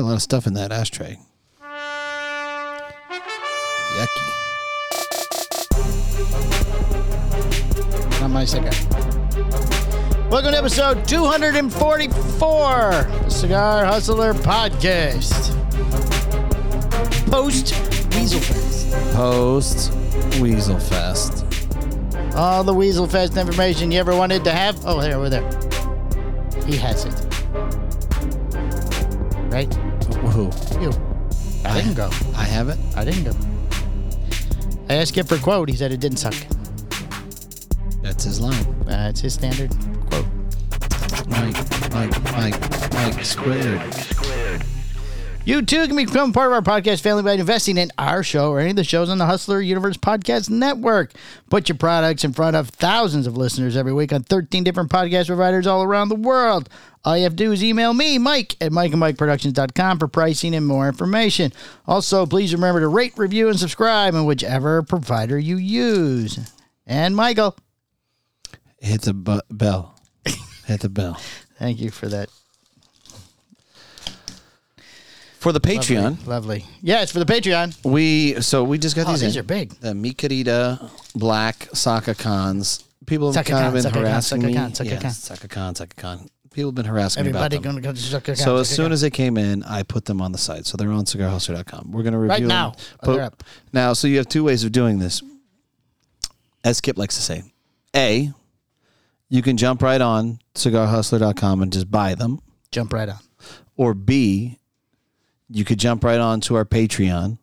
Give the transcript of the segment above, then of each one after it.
of stuff in that ashtray. Yucky. Not my cigar. Welcome to episode 244, the Cigar Hustler Podcast. Post Weasel Fest. Post Weasel Fest. All the Weasel Fest information you ever wanted to have. Oh, there, over there. He has it. Right? Who? You. I didn't go. I have it. I didn't go. I asked him for a quote. He said it didn't suck. That's his line. That's his standard quote. Mike, Mike, Mike, Mike squared. You too can become part of our podcast family by investing in our show or any of the shows on the Hustler Universe Podcast Network. Put your products in front of thousands of listeners every week on 13 different podcast providers all around the world. All you have to do is email me, Mike, at mikeandmikeproductions.com for pricing and more information. Also, please remember to rate, review, and subscribe on whichever provider you use. And Michael, Hit the bu- bell. Hit the bell. thank you for that. For the Patreon, Lovely. Yes, for the Patreon. we so we just got Oh, these. these in. are big. The Mikarita Black Saka Cons. People have Saka kind Khan, of been Saka Khan, harassing Saka me. Khan, Saka yes, Khan. Saka Khan, Saka Khan. People have been harassing Everybody me about them. going to go to Zucker. so as soon as they came in, I put them on the site. So they're on cigarhustler.com. We're going to review Right them. now. Oh, But- They're up. Now, so you have two ways of doing this. As Skip likes to say, A, you can jump right on cigarhustler.com and just buy them. jump right on. or B, you could jump right on to our Patreon,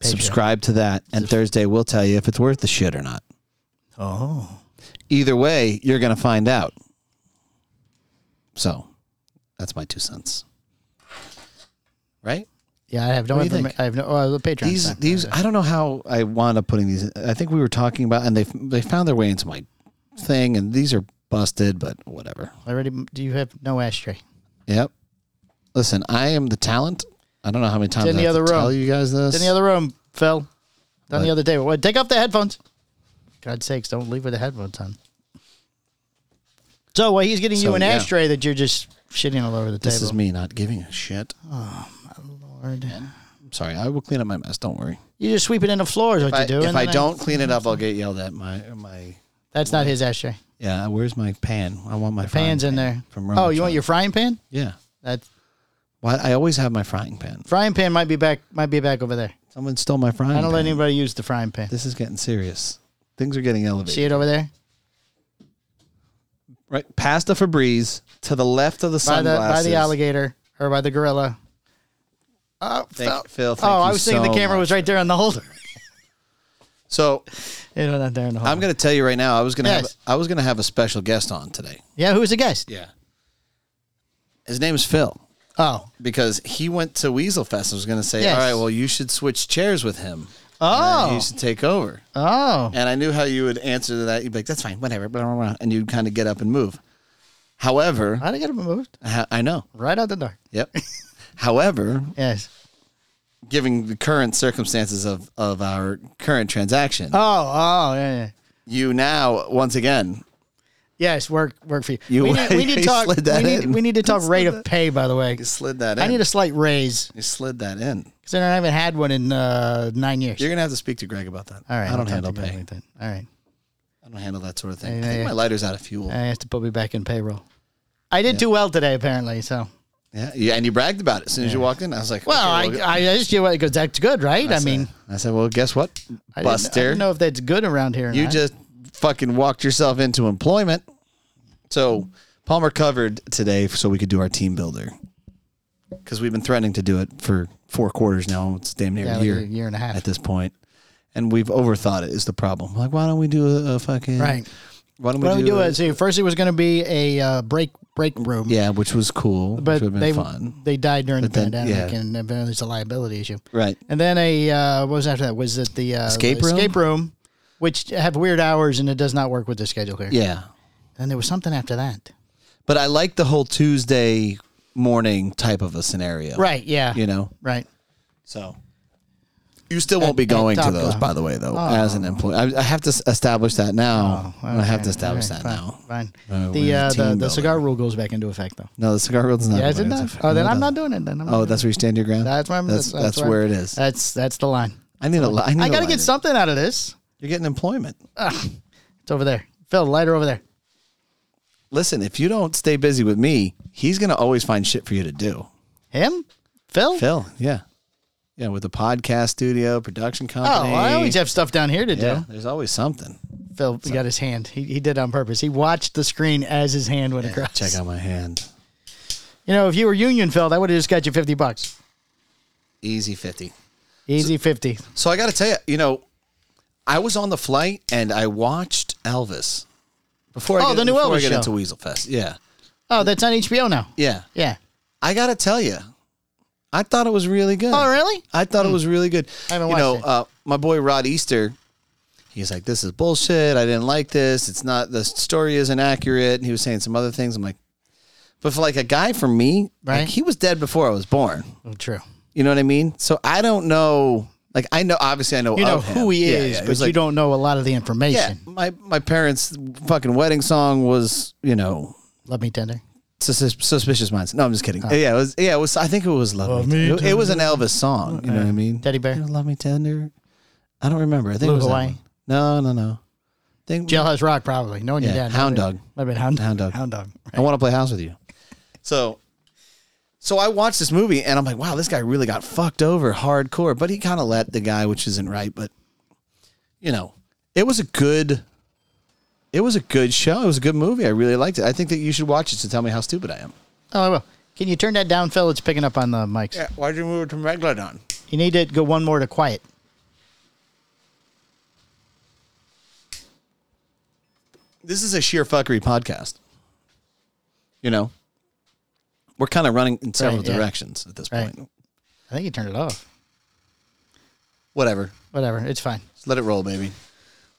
subscribe to that, and Thursday we'll tell you if it's worth the shit or not. Oh. Either way, you're going to find out. So, that's my two cents. Right? Yeah, I have no do you information. think? I have no. Oh, the Patreon. These stuff. these I don't know how I wound up putting these. I think we were talking about, and they they found their way into my thing, and these are busted, but whatever. I already. Do you have no ashtray? Yep. Listen, I am the talent. I don't know how many times in I the have to other room. tell you guys this. It's in the other room, Phil. It's On the What? other table. Wait, take off the headphones. God's sakes, don't leave with the headphones on. So, well, he's getting So, you an yeah. ashtray that you're just shitting all over the This table. is me not giving a shit. Lord. I'm sorry. I will clean up my mess. Don't worry. You just sweep it in the floor is If what I, you do. if and I then don't clean it up, I'll get yelled at. My my. that's not his ashtray. Yeah. Where's my pan? I want my frying Pan's pan in there. From oh, you want Robotron. your frying pan? Yeah. That Why I always have my frying pan. frying pan might be back. Might be back over there. Someone stole my frying. I don't pan. let anybody use the frying pan. This is getting serious. Things are getting elevated. See it over there Right past the Febreze to the left of the by the by sunglasses. the alligator or by the gorilla. Oh, Thank, Phil. Thank oh, you I was thinking so the camera was much. right there on the holder. So you know, not there on the holder. I'm going to tell you right now. I was going to Yes. have I was going to have a special guest on today. yeah, who's the guest? Yeah. His name is Phil. Oh, because he went to Weasel Fest. I was going to say, Yes. all right, well, you should switch chairs with him. Oh. And you should take over. oh, And I knew how you would answer to that. You'd be like, that's fine, whatever, blah, blah, blah. And you'd kind of get up and move. However, I got him moved ha- I know. right out the door. Yep. However, Yes. given the current circumstances of, of our current transaction, Oh, oh, yeah, yeah. you now, once again, Yes, work, work for you. You- we need, we need you to talk. slid that we, need, in. we need to talk rate of pay. By the way, you slid that in. I need a slight raise you slid that in. because I haven't had one in uh, nine years. You're going to have to speak to Greg about that. All I right, I'll don't talk handle to you about pay. it then. All right, I don't handle that sort of thing. Yeah, I yeah, think my yeah. lighter's out of fuel. I have to put me back in payroll. I did do well today, apparently. So, yeah. yeah. And you bragged about it as soon as you walked in. I was like, well, okay, I, I asked you what because that's good, right? I, said- mean, I said, well, guess what, I didn't- I Buster? don't know if that's good around here. or you not. just fucking walked yourself into employment. So Palmer covered today so we could do our team builder because we've been threatening to do it for four quarters now. It's damn near a yeah, like year a year and a half. at this point, and we've overthought it is the problem. Like, why don't we do a, a fucking Right. Why don't we What do, do we do? a- Is, see, first it was going to be a uh, break break room, yeah, which was cool, but which would have they been fun, they died during the then- pandemic, yeah. and apparently it's a liability issue. right? And then a uh, what was after that? Was it the uh, Escape the room? Escape room, which have weird hours, and it does not work with the schedule here. Yeah, And there was something after that. but I like the whole Tuesday morning type of a scenario, Right. Yeah. You know, Right. So You still won't be at Oh. going to Topgolf. those, by the way, though, as an employee. I, I have to s- establish that now. I have Oh, Okay, to establish all right, that fine, now. Fine. Uh, we're the, a uh, team the the building. cigar rule goes back into effect though. No, the cigar road's not. Yeah, is it going not? into- Oh, then no, it I'm not doesn't. doing it. Then I'm not Oh, doing that's it. where you stand your ground. that's where I'm. That's, that's, where- where it is. That's that's the line. I need a. li- I need I a got to lighter. get something out of this. You're getting employment. It's over there. Phil, lighter over there. Listen, if you don't stay busy with me, he's gonna always find shit for you to do. Him? Phil? Phil, yeah, yeah, with the podcast studio, production Oh, company. I always have stuff down here to do. Yeah, there's always something. Phil he got his hand. He, he did it on purpose. He watched the screen as his hand went across. Check out my hand. You know, if you were union filled, I would have just got you fifty bucks. Easy fifty. Easy fifty. So I got to tell you, you know, I was on the flight and I watched Elvis before. I Oh, get, the new before I Elvis get show. into Weasel Fest. Yeah, Oh, that's on HBO now. yeah. Yeah. I got to tell you, I thought it was really good. Oh, really? I thought it was really good. I haven't you know, watched it. Uh, my boy Rod Easter, he's like, "This is bullshit. I didn't like this. It's not the story isn't accurate." And he was saying some other things. I'm like, but for like a guy from me, Right. like he was dead before I was born. Oh, true. You know what I mean? So I don't know. Like I know, obviously, I know You know of him. who he Oh, Yeah, is, yeah. It but was you like, don't know a lot of the Yeah, information. my my parents' fucking wedding song was you know Love me tender. Sus- suspicious minds. No, I'm just Oh. kidding. Yeah, it was. Yeah, it was. I think it was Love, Me. Tender. It was an Elvis song. You know what I mean? Teddy Bear. You know, Love Me Tender. I don't remember. I think Blue it was that Hawaii. one. No, no, no. Think Jailhouse Rock, probably. Knowing your Yeah, dad. Hound Might've Dog. been- Might've been Hound, Hound Dog. Hound Dog. I want to play house with you. So, so I watched this movie and I'm like, wow, this guy really got fucked over hardcore. But he kind of let the guy, which isn't right. But you know, it was a good. It was a good show. It was a good movie. I really liked it. I think that you should watch it to tell me how stupid I am. Oh, I will. Can you turn that down, Phil? It's picking up on the mics. Why'd you move it to Megalodon? You need to go one more to quiet. this is a sheer fuckery podcast. You know, we're kind of running in several Right, yeah. directions at this Right. point. I think you turned it off. Whatever, Whatever. It's fine. Just let it roll, baby.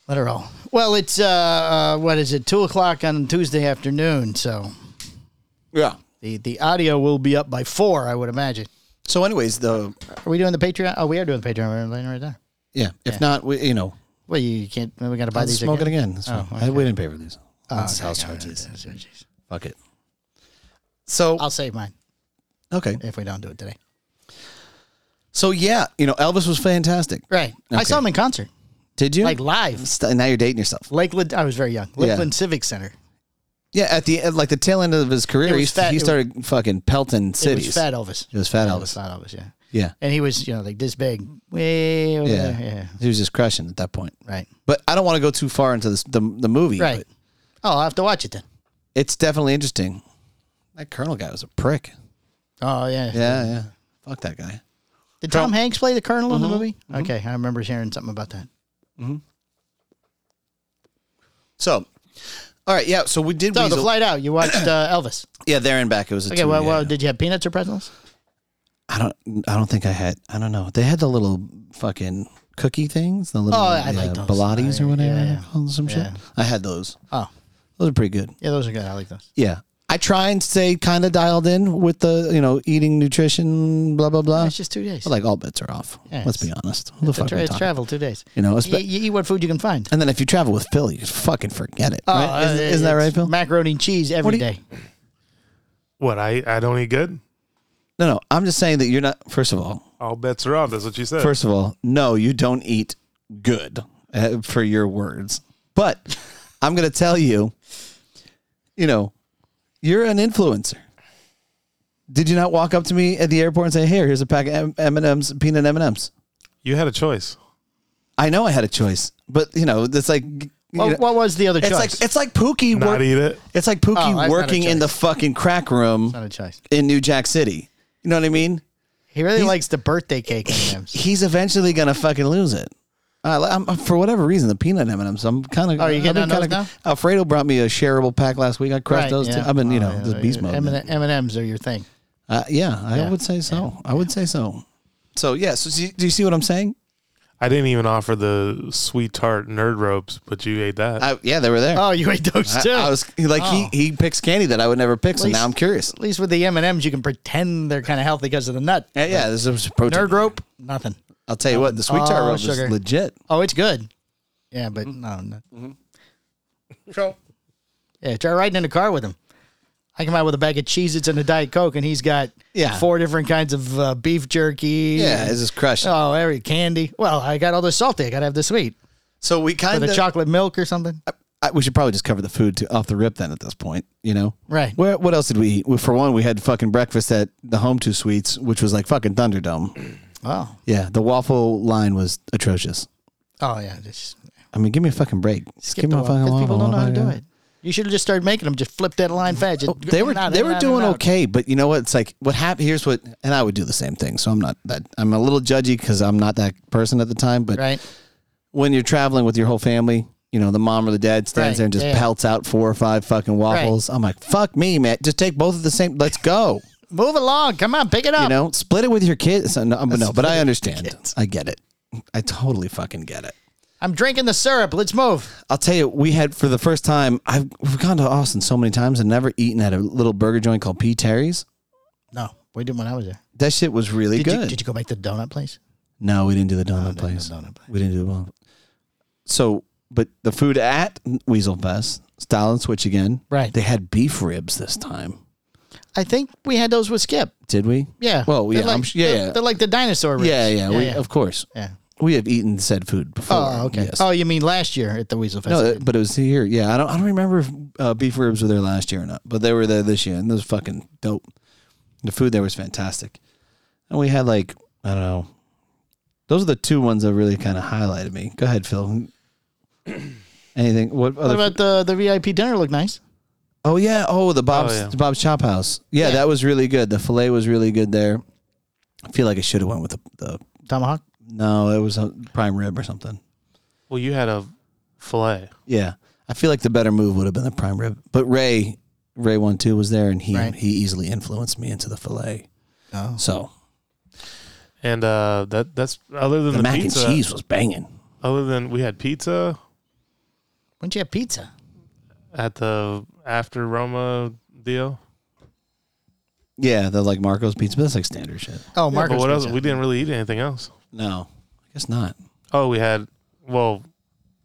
Let it roll. Well, it's, uh, uh what is it, 2 o'clock on Tuesday afternoon. So Yeah. the, the audio will be up by 4, I would imagine. So, anyways, the Are we doing the Patreon? Oh, we are doing the Patreon. We're laying right there. yeah. If not, we you know, Well, you can't. We got to buy I'll these. smoke it again. That's Oh, fine. I- we didn't pay for these. That's house charges. charges. Fuck it. So I'll save mine okay. if we don't do it today. So yeah, you know, Elvis was fantastic. Right. I Okay. saw him in concert, Did you like live. St- now you're dating yourself. Lakeland. I was very young. Lakeland Civic Center. Yeah, at the at, like the tail end of his career, was he, fat- he it was- started fucking pelting cities. It was Fat Elvis. It was fat Yeah, Elvis. Fat Elvis. Yeah. Yeah, And he was, you know, like this big, way over yeah, there. Yeah. He was just crushing at that point. Right. But I don't want to go too far into this, the the movie. Right. but Oh, I'll have to watch it then. It's definitely interesting. That Colonel guy was a prick. Oh yeah. Yeah, yeah. Fuck that guy. Did Tom Hanks play the Colonel in Mm-hmm. the movie? Okay, I remember hearing something about that. So, all right, yeah. So we did. So the Weasel- flight out, you watched uh, Elvis. yeah, there and back. It was a Okay. two, Well, yeah. well, did you have peanuts or pretzels? I don't. I don't think I had. I don't know. They had the little fucking cookie things. The little Oh, yeah, I like those. Pilates or I- whatever. yeah, they're yeah. called, some shit. Yeah. I had those. Oh, Those are pretty good. yeah, those are good. I like those. Yeah. I try and stay kind of dialed in with the you know eating nutrition blah blah blah. It's just two days. But Uh, like all bets are off. Yeah, Let's it's- be honest. Who the It's, fuck are we it's talking? travel two days. You know, espe- You, you eat what food you can find. And then if you travel with Phil, you just fucking forget it. right? Isn't, uh, isn't that it's right, Phil? Macaroni and cheese every do you- day. What I I don't eat good. No, no. I'm just saying that you're not. First of all, All bets are off. That's what you said. first of all, no, you don't eat good uh, for your words. But I'm gonna tell you, you know, you're an influencer. Did you not walk up to me at the airport and say, "Here, here's a pack of M and M's, peanut M and M's"? you had a choice. I know I had a choice, but you know, it's like. you Well, know, what was the other it's choice? like it's like Pookie Not work- eat it. It's like Oh, that's not Pookie a working in the fucking crack room. Not a choice. in New Jack City. You know what I mean? He really likes the birthday cake. M&Ms. He's eventually gonna fucking lose it. I li- I'm, for whatever reason, the peanut M&Ms. I'm kind of. Oh, you getting on those Alfredo brought me a shareable pack last week. I crushed those. too. I've been, you know, Oh, yeah, just beast yeah. mode. M&M- M&Ms are your thing. Uh, yeah, I Yeah. would say so. I would say so. So yeah. So see- do you see what I'm saying? I didn't even offer the sweet tart nerd ropes, but you ate that. I, yeah, they were there. Oh, you ate those I, too. I was like, he he picks candy that I would never pick. So least- now I'm curious. At least with the M&Ms, you can pretend they're kind of healthy because of the nut. Yeah, yeah. There's a protein. Nerd rope, nothing. I'll tell you what, the sweet tart Oh, rope sugar. is legit. Oh, it's good. Yeah, but Mm-hmm. no, no. So Yeah, try riding in the car with him. I come out with a bag of Cheez Its and a Diet Coke, and he's got Yeah. four different kinds of uh, beef jerky. yeah, and- this is crushed. oh, every candy. Well, I got all the salty. I got to have the sweet. so we Or kind the of chocolate milk or something. I, we should probably just cover the food to, off the rip then at this point, you know? Right. Where, what else did we eat? Well, for one, we had fucking breakfast at the Home Two Suites, which was like fucking Thunderdome. Oh, Yeah, the waffle line was atrocious. oh yeah. Just I mean, give me a fucking break. skip the me a one because people don't know how to do yeah. Oh, it. You should have just started making them. Just flip that line fat. Just They were in and out, they in were and out, in and doing out. okay, but you know what? It's like what happened. Here's what, and I would do the same thing. So I'm not that I'm a little judgy because I'm not that person at the time. But Right. when you're traveling with your whole family, you know, the mom or the dad stands Right, there and just yeah. pelts out four or five fucking waffles. I'm like, fuck me, man. Just take both of the same. Let's go. Move along. Come on, pick it up. You know, split it with your kids. So, no, but no, but I understand. I get it. I totally fucking get it. I'm drinking the syrup. Let's move. I'll tell you, we had for the first time. I've we've gone to Austin so many times and never eaten at a little burger joint called P. Terry's. No, we did when I was there. That shit was really Did good. you, did you go back to the donut place? No, we didn't do the donut place. donut place. We didn't do the donut. So, but the food at Weasel Fest, Style and Switch again. Right. They had beef ribs this time. I think we had those with Skip. Did we? Yeah. Well, yeah, They're like, I'm, sh- yeah, they're, yeah. they're like the dinosaur. Ribs. yeah, yeah, we, yeah. Of course, Yeah. we have eaten said food before. Oh, okay. yes. Oh, you mean last year at the Weasel Fest? No, uh, but it was here. Yeah, I don't. I don't remember if uh, beef ribs were there last year or not, but they were there this year, and those fucking dope. The food there was fantastic, and we had like I don't know. Those are the two ones that really kind of highlighted me. Go ahead, Phil. Anything? What what other? about the the VIP dinner? Looked nice. oh yeah. Oh, the Bob's yeah. the Bob's Chop House. Yeah, Yeah. that was really good. The fillet was really good there. I feel like I should have went with the, the Tomahawk. no. It was a prime rib or something. Well, you had a fillet. Yeah. I feel like the better move would have been the prime rib. But Ray, Ray one two was there and he Right. he easily influenced me into the filet. Oh. So And uh, that that's other than the, the, mac pizza. and cheese was banging. Other than we had pizza Wouldn't you have pizza? Oh, at the after Roma deal. Yeah, the like Marco's pizza, but that's like standard shit. Oh, Yeah, Marcus. but what else? pizza. We didn't really eat anything else. No. I guess not. Oh, we had well,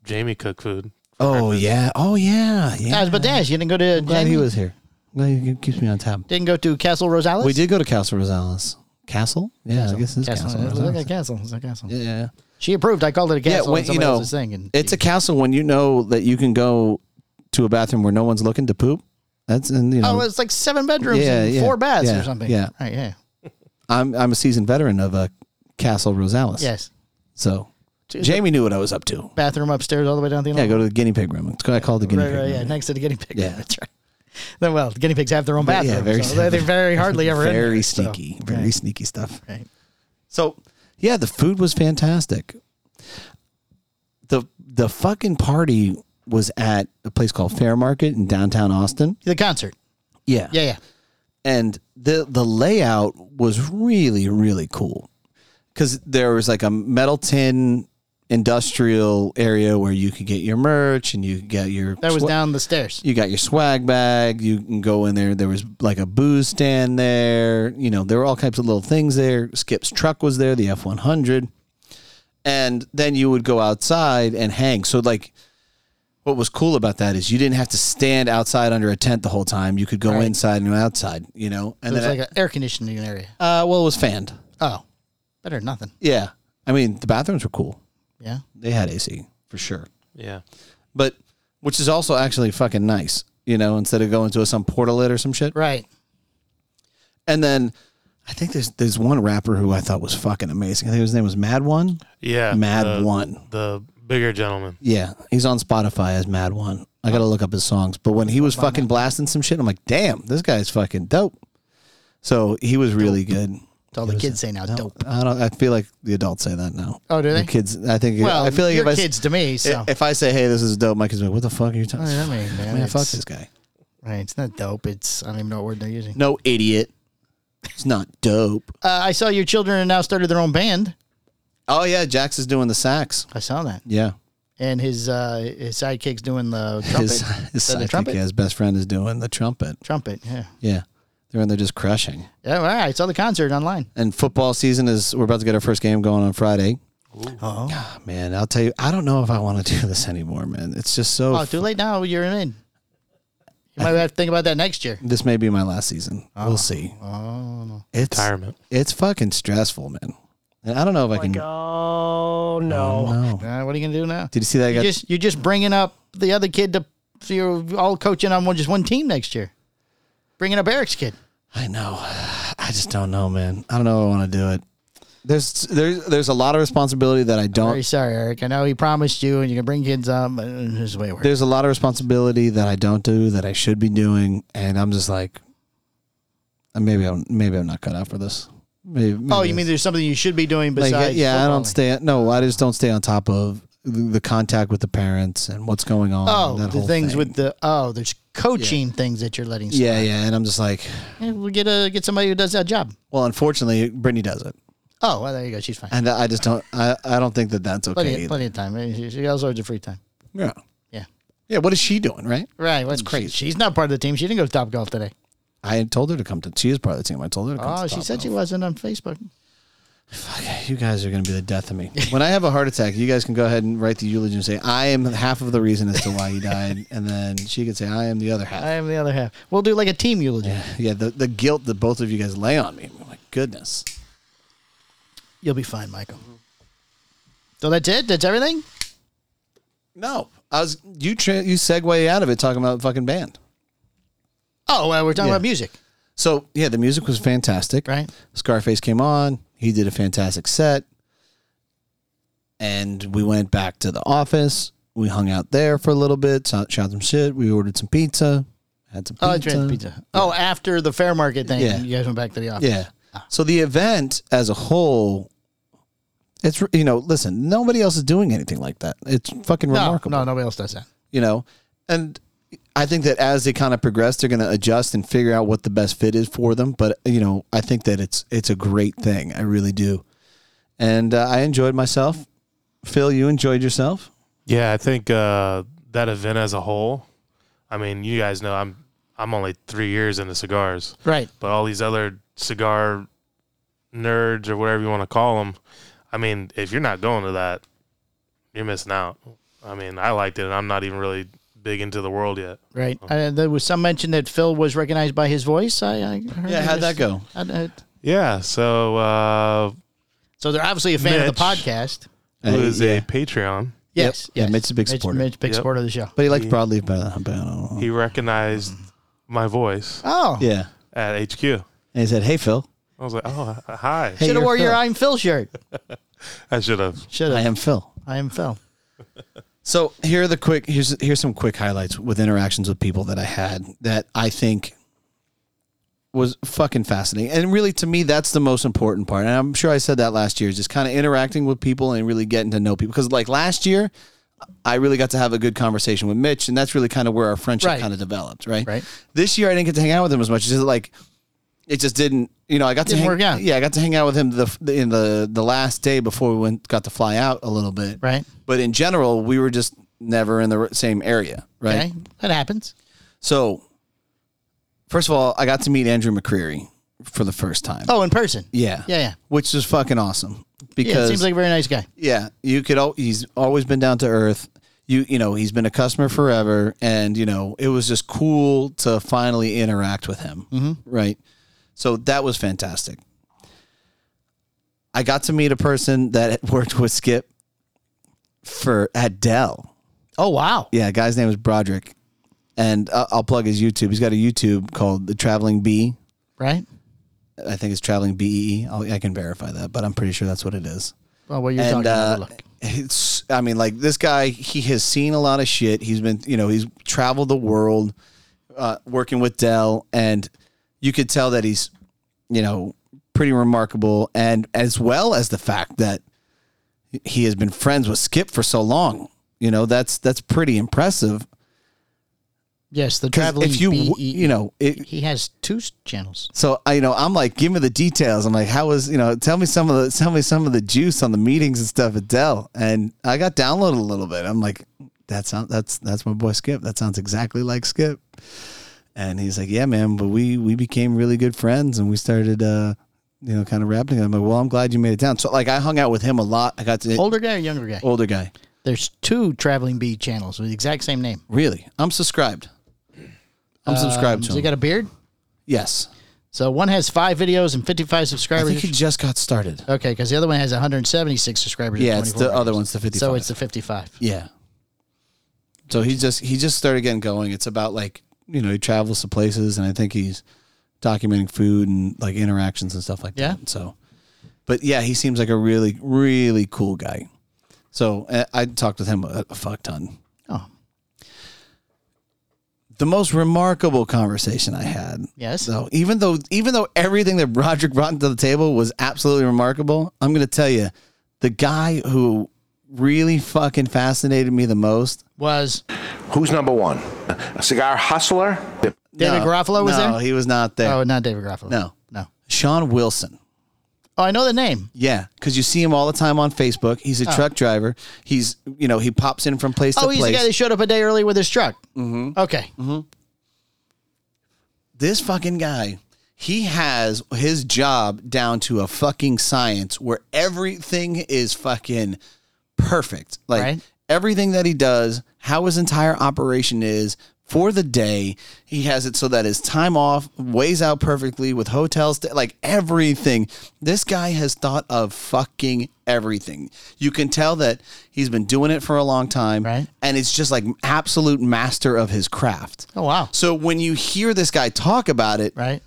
Jamie cooked food. Oh yeah. Oh yeah. Yeah. Yeah, I was about to ask. You didn't go to. I'm glad Jamie? he was here. Glad he keeps me on tab. Didn't go to Castle Rosales. We did go to Castle Rosales. Castle? Yeah, I guess it's Castle. Castle, It was Rosales. like a castle. It was a castle. Yeah, yeah, yeah. She approved. I called it a Yeah, castle. when- and you somebody know, else's thing, and It's she- a castle when you know that you can go to a bathroom where no one's looking to poop. That's and you know Oh, it's like seven bedrooms Yeah, and yeah, four baths yeah, or something. yeah. Right. Yeah. I'm I'm a seasoned veteran of uh, Castle Rosales. Yes. So Jeez, Jamie knew what I was up to. Bathroom upstairs, all the way down the. Yeah, go to the guinea pig room. It's what I call it the guinea right, pig right, room. yeah, next to the guinea pig. Yeah. that's right. Then, well, guinea pigs have their own But bathroom. yeah, very so they- they're very hardly ever in very there, so- sneaky, very Right, sneaky stuff. right. So yeah, the food was fantastic. the The fucking party was at a place called Fair Market in downtown Austin. The concert. Yeah, Yeah, yeah. and the the layout was really really cool because there was like a metal tin industrial area where you could get your merch and you could get your That was swa- down the stairs. you got your swag bag you can go in there there was like a booze stand there you know there were all types of little things there skip's truck was there the f100 and then you would go outside and hang so like what was cool about that is you didn't have to stand outside under a tent the whole time you could go Right. inside and outside you know It and was then like an air conditioning area. uh, well it was fanned Oh, better than nothing. yeah i mean the bathrooms were cool Yeah. they had ac for sure Yeah, but which is also actually fucking nice you know instead of going to some portalet or some shit Right. And then I think there's there's one rapper who I thought was fucking amazing. I think his name was Mad One. yeah. Mad the- One. the bigger gentleman. Yeah, he's on Spotify as Mad One. I gotta look up his songs. But when he was fucking blasting some shit, I'm like, damn, this guy's fucking dope. So he was really good. That's all the kids say now. Dope. I don't. I feel like the adults say that now. Oh, do they? The kids. I think. Well, I feel like you're if I s- kids to me, so. Oh, if I say, hey, this is dope, my kids are like, what the fuck are you talking? I mean, man, Man, fuck it's- this guy. Right. It's not dope. It's, I don't even know what word they're using. No idiot. It's not dope. Uh, I saw your children have now started their own band. Oh yeah, Jax is doing the sax. I saw that. Yeah. And his uh, his sidekick's doing the trumpet. his his Is that the sidekick, trumpet? yeah, his best friend is doing the trumpet. Trumpet, yeah. Yeah, They're in there just crushing. Yeah, all right. I saw the concert online. And football season is we're about to get our first game going on Friday. Oh man, I'll tell you, I don't know if I want to do this anymore, man. It's just so. Oh, too late now. You're in. You might have to think about that next year. this may be my last season. we'll see. Oh, It's Retirement. it's fucking stressful, man. And I don't know if I can. Oh no. No. Uh, what are you gonna do now? Did you see that? I You got just you're just bringing up the other kid to. So you're all coaching on one just one team next year. Bringing up Eric's kid. I know. I just don't know, man. I don't know. If I want to do it. There's there's there's a lot of responsibility that I Very don't. sorry, Eric. I know he promised you, and you can bring kids up. But this is the way it works. There's a lot of responsibility that I don't do that I should be doing, and I'm just like, uh, maybe I'm maybe I'm not cut out for this. Maybe, Oh, maybe you mean there's something you should be doing like, besides? yeah? I footballing? don't stay. No, I just don't stay on top of the, the contact with the parents and what's going on. Oh, that the whole things thing. with the oh, there's coaching things that you're letting. slip. yeah, yeah, and I'm just like, Eh, we'll get a get somebody who does that job. well, unfortunately, Brittany does it, Oh, well, there you go. She's fine. and I just don't. I, I don't think that that's okay. Plenty, either. plenty of time. Eh, She, she got all sorts of free time. Yeah, Yeah. yeah. What is she doing, right? Right. That's crazy. She's not part of the team. She didn't go to Top Golf today. I had told her to come to. She is part of the team. I told her to come. Oh, to she Top said she Golf. wasn't on Facebook. You guys are going to be the death of me. When I have a heart attack, you guys can go ahead and write the eulogy and say, "I am half of the reason as to why you died," and then she could say, "I am the other I half." am the other half. We'll do like a team eulogy. Yeah, the, the guilt that both of you guys lay on me. My goodness. You'll be fine, Michael. So that's it. That's everything. No, I was you. Tra- you segue out of it talking about the fucking band. Oh, well, we're talking Yeah. about music, So yeah, the music was fantastic. right? Scarface came on. He did a fantastic set. And we went back to the office. We hung out there for a little bit, so- shot some shit. We ordered some pizza, had some Oh, that's pizza. right. Pizza. Oh, after the fair market thing, Yeah. you guys went back to the office. Yeah. So the event as a whole, it's, you know, listen, nobody else is doing anything like that. It's fucking No, remarkable no, nobody else does that. you know and i think that as they kind of progress they're going to adjust and figure out what the best fit is for them but you know i think that it's it's a great thing i really do and uh, i enjoyed myself phil you enjoyed yourself Yeah, I think uh, that event as a whole. I mean, you guys know I'm I'm only three years into cigars, Right. but all these other cigar nerds or whatever you want to call them. I mean, if you're not going to that, you're missing out. I mean, I liked it, and I'm not even really big into the world yet. Right. Oh. Uh, there was some mention that Phil was recognized by his voice. I, I heard yeah how'd that this. go I- I- Yeah, so uh, so they're obviously a fan of Mitch. the podcast. it was yeah. a Patreon. Yes. Yeah, yes. Mitch is a big supporter. Mitch, big Yep. supporter of the show. but he likes broadleaf better than Habano. He recognized my voice Oh, yeah at HQ. I and he said hey phil was like, oh, h- hi. hey, should you're have wore your Phil. I'm Phil shirt. I should have. Should i have. am phil I am Phil. So here are the quick here's here's some quick highlights with interactions with people that I had that I think was fucking fascinating. And really to me that's the most important part. And I'm sure I said that last year, is just kind of interacting with people and really getting to know people because like last year I really got to have a good conversation with Mitch and that's really kind of where our friendship Right. kind of developed, right? Right. This year I didn't get to hang out with him as much. It's just like it just didn't, you know, I got to Didn't hang, work out. Yeah, I got to hang out with him the, the in the the last day before we went got to fly out a little bit. Right. But in general, we were just never in the r- same area, right? Okay. That happens. So, first of all, I got to meet Andrew McCreary for the first time. Oh, in person. yeah, Yeah. Yeah. which was fucking awesome Yeah. because Seems like a very nice guy. yeah, you could. Al- he's always been down to earth. You you know he's been a customer forever, and you know it was just cool to finally interact with him. Mm-hmm. Right, so that was fantastic. I got to meet a person that had worked with Skip for at Dell. Oh, wow. Yeah, guy's name is Broderick, and I'll, I'll plug his YouTube. He's got a YouTube called The Traveling Bee. Right. I think it's Traveling Bee. I'll, I can verify that, but I'm pretty sure that's what it is Well, what you're and talking uh, about. Look. it's I mean like this guy he has seen a lot of shit. He's been you know he's traveled the world uh, working with Dell, and you could tell that he's you know pretty remarkable, and as well as the fact that he has been friends with Skip for so long. You know that's that's pretty impressive. Yes. The 'Cause traveling. if you BE. w- you know it, he has two s- channels. so I, you know, I'm like, give me the details. I'm like, how was, you know, tell me some of the, tell me some of the juice on the meetings and stuff at Dell. And I got downloaded a little bit. I'm like, that sounds, that's, that's my boy Skip. That sounds exactly like Skip. And he's like, "Yeah, man, but we we became really good friends, and we started, uh, you know, kind of rapping." I'm like, "Well, I'm glad you made it down." So like, I hung out with him a lot. I got to Older guy or younger guy? older guy. There's two Traveling Bee channels with the exact same name. Really, I'm subscribed. I'm subscribed to Um, So him. you got a beard? yes, So one has five videos and 55 I subscribers. think he just got started. okay, because the other one has 176 subscribers. and Yeah, it's 24 the other videos. one's the 55. So it's the 55. Yeah. So he just he just started getting going. It's about like you know he travels to places, and I think he's documenting food and like interactions and stuff like Yeah. that. So, but yeah, he seems like a really really cool guy. So I, I talked with him a, a fuck ton. Oh, The most remarkable conversation I had. yes. So even though even though everything that Roderick brought to the table was absolutely remarkable, I'm gonna tell you, the guy who really fucking fascinated me the most Was Who's number one? A cigar hustler? David Garofalo was uh, no, there? he was not there. Oh, not David Garofalo. No. No. Sean Wilson. Oh, I know the name. Yeah, because you see him all the time on Facebook. He's a truck driver. He's you know he pops in from place Oh, to he's place. the guy that showed up a day early with his truck. Mm-hmm. Okay. this fucking guy. He has his job down to a fucking science where everything is fucking perfect. Like Right. everything that he does, how his entire operation is for the day. He has it so that his time off weighs out perfectly with hotels, like everything. This guy has thought of fucking everything. You can tell that he's been doing it for a long time. Right. And it's just like absolute master of his craft. Oh, wow. So when you hear this guy talk about it, Right?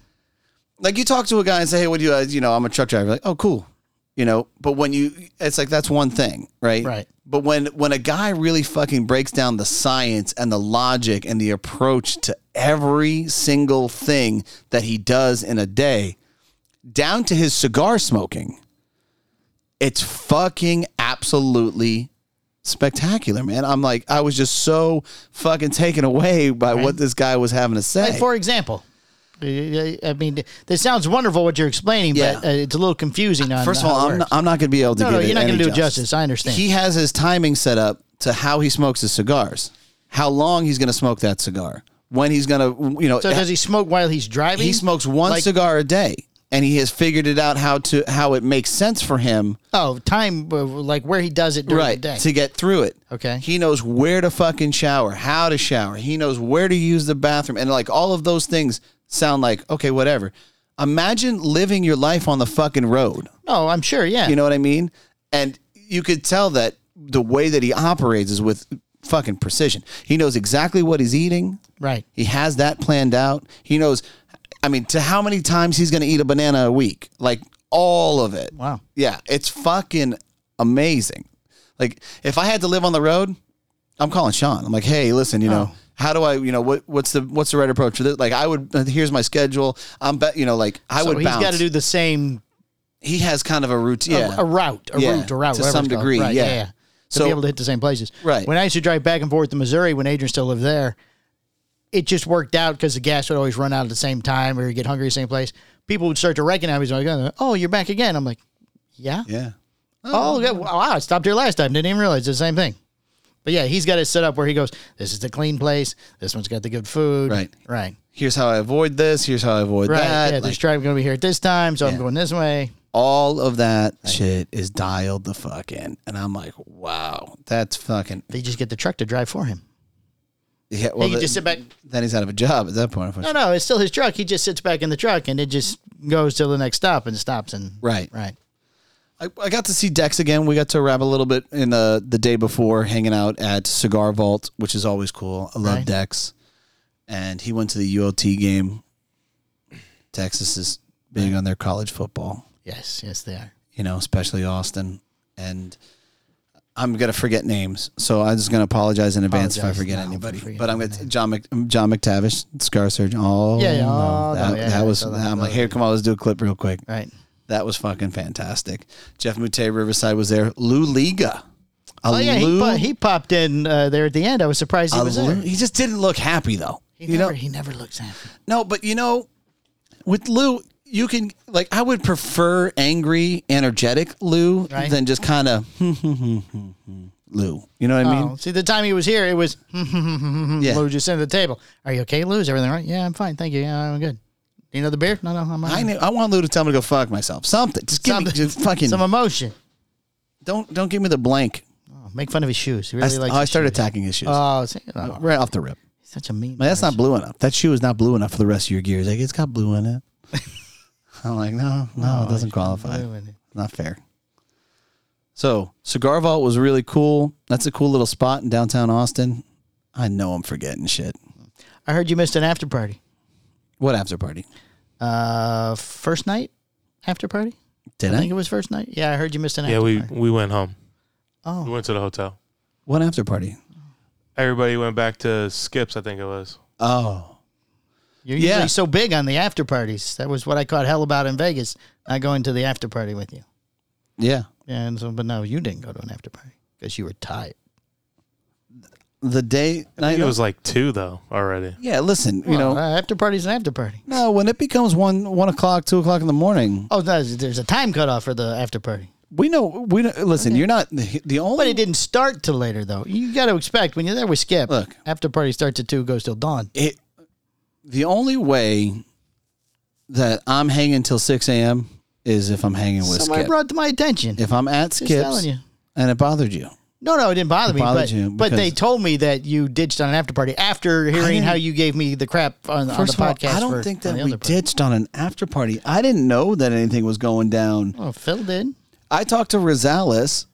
like you talk to a guy and say, "Hey, what do you? Uh, you know, I'm a truck driver." Like, oh, cool. You know, but when you, it's like that's one thing, right? Right. But when when a guy really fucking breaks down the science and the logic and the approach to every single thing that he does in a day, down to his cigar smoking, it's fucking absolutely spectacular, man. I'm like, I was just so fucking taken away by what this guy was having to say. Like, for example, uh, I mean, this sounds wonderful what you're explaining, but uh, Yeah. it's a little confusing. On First of how it all, I'm not, works. I'm not going to be able to. No, give no, it you're not going gonna to do it justice. I understand. He has his timing set up to how he smokes his cigars, how long he's going to smoke that cigar, when he's going to, you know, so does he smoke while he's driving? he smokes one like- cigar a day, and he has figured it out how to how it makes sense for him, Oh, time, uh, like where he does it during right, the day. to get through it. Okay. he knows where to fucking shower, how to shower. He knows where to use the bathroom, and like all of those things sound like okay, whatever. Imagine living your life on the fucking road. oh, I'm sure. Yeah. You know what I mean? And you could tell that the way that he operates is with fucking precision. He knows exactly what he's eating. right. He has that planned out. He knows, I mean, to how many times he's going to eat a banana a week. Like all of it. Wow. Yeah. It's fucking amazing. Like if I had to live on the road, I'm calling Sean. I'm like, hey, listen, you Oh. know, how do I, you know, what what's the what's the right approach for this? Like, I would. uh, Here's my schedule. I'm, bet you know, like I So would. he's bounce. got to do the same, He has kind of a routine. Yeah. a, a route, a Yeah, route, a route. to whatever some it's called. degree, Right, yeah. yeah. To So- be able to hit the same places. Right. When I used to drive back and forth to Missouri when Adrian still lived there, it just worked out because the gas would always run out at the same time or you get hungry at the same place. People would start to recognize me. They're Like, oh, you're back again. I'm like, yeah. yeah. Oh, yeah. wow. I stopped here last time. Didn't even realize it's the same thing. But yeah, he's got it set up where he goes, this is the clean place. This one's got the good food. Right. Right. here's how I avoid this, here's how I avoid Right. that. yeah, like, this drive going to be here at this time. So I'm Yeah. going this way. all of that shit is dialed the fuck in. And I'm like, wow, that's fucking. They just get the truck to drive for him. Yeah, well, you the- just sit back. Then he's out of a job at that point. No, no, it's still his truck. He just sits back in the truck and it just goes till the next stop and stops and Right. right. I, I got to see Dex again. We got to rap a little bit in the, the day before, hanging out at Cigar Vault, which is always cool. I love Right. Dex. And he went to the ULT game. Texas is big on their college football. Yes, yes, they are. you know, especially Austin. And I'm gonna forget names, so I'm just gonna apologize in advance if I Apologize forget now for anybody. forgetting But I'm gonna John Mc, John McTavish, scar surgeon. Oh, Yeah, yeah, no. oh, that, no, yeah, that I was. saw that. I'm like, here, come on, let's do a clip real quick. Right. That was fucking fantastic. Jeff Mute Riverside was there. Lou Liga. A Oh yeah, Lou- he, po- he popped in uh, there at the end. I was surprised he a was Lou- there. he just didn't look happy though. He you know, never, he never looks happy. no, but you know, with Lou, you can like I would prefer angry, energetic Lou Right. hmm, than just kind of hmm, Lou. You know what I mean? Oh, see, the time he was here, it was hmm, Yeah. Lou just sitting at the table. Are you okay, Lou? Is everything all right? Yeah, I'm fine. Thank you. Yeah, I'm good. Need another beer? No, no, I'm all I right. knew, I want Lou to tell me to go fuck myself. Something. Just give Something. me just fucking Some emotion. don't don't give me the blank. Oh, make fun of his shoes. I, He really st- likes oh, I his started shoes. attacking his shoes. Oh, see, oh, right off the rip. such a mean. Like, that's person. not blue enough. That shoe is not blue enough for the rest of your gear. He's like, it's got blue in it. I'm like, no, no, it doesn't qualify. Blue in it. Not fair. So, Cigar Vault was really cool. That's a cool little spot in downtown Austin. I know I'm forgetting shit. I heard you missed an after party. What after party? Uh, first night after party. Did I I? think it was first night. Yeah, I heard you missed an Yeah, after we party. we went home. Oh. We went to the hotel. What after party? Everybody went back to Skips, I think it was. Oh, You're Yeah. usually so big on the after parties. That was what I caught hell about in Vegas. Not going to the after party with you. yeah. And so, but no, you didn't go to an after party because you were tired. The day. I I think it was like two though already. yeah, listen, you know. Well, uh, after party's an after party. No, when it becomes one one o'clock, two o'clock in the morning, Oh, no, there's a time cutoff for the after party. we know we know, listen. You're not the, the But only it didn't start till later, though. You got to expect when you're there with Skip. Look. after party starts at two, goes till dawn. it the only way that I'm hanging till six a.m. is if I'm hanging with Somebody Skip. brought to my attention. if I'm at Just Skip's telling you. and it bothered you, No, no, it didn't bother It me. bothered But, you but they because- told me that you ditched on an after party after hearing didn't- how you gave me the crap on, on the first of all, podcast. I for- don't think on that the we other party. ditched on an after party. I didn't know that anything was going down. Well, Phil did. I talked to Rosales,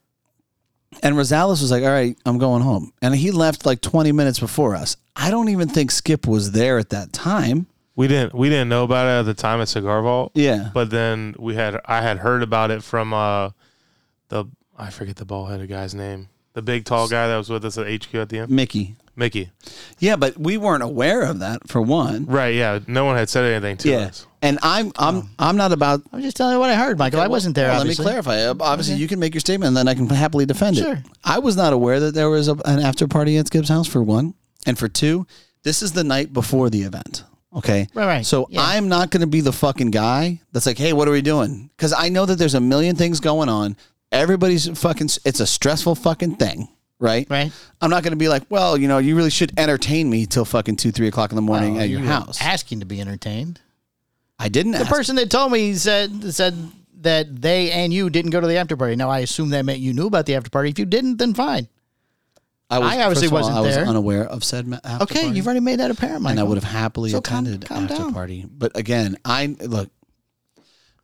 and Rosales was like, "All right, I'm going home," and he left like 20 minutes before us. I don't even think Skip was there at that time. We didn't we didn't know about it at the time at Cigar Vault. Yeah. But then we had I had heard about it from uh the I forget the bald headed guy's name. The big tall guy that was with us at HQ at the end. Mickey. Mickey. Yeah, but we weren't aware of that for one. Right, yeah. No one had said anything to Yeah, us. and I'm I'm I'm not about. I'm just telling you what I heard, Michael. I wasn't there. Well, obviously. Let me clarify. Uh, Obviously, you can make your statement, and then I can happily defend Sure. it. I was not aware that there was a, an after party at Skip's house for one, and for two, this is the night before the event. Okay, Right, right. So Yeah. I'm not going to be the fucking guy that's like, "Hey, what are we doing?" Because I know that there's a million things going on. Everybody's fucking. It's a stressful fucking thing, right? Right. I'm not going to be like, "Well, you know, you really should entertain me till fucking two, three o'clock in the morning Well, at your you were house." asking to be entertained. I didn't. The ask. person that told me said said that they and you didn't go to the after party. Now I assume that meant you knew about the after party. If you didn't, then fine. I, I first obviously of all, wasn't I was there. unaware of said ma- after Okay, party, you've already made that apparent, Michael. and I would have happily So calm- attended calm after down. party. But again, I look.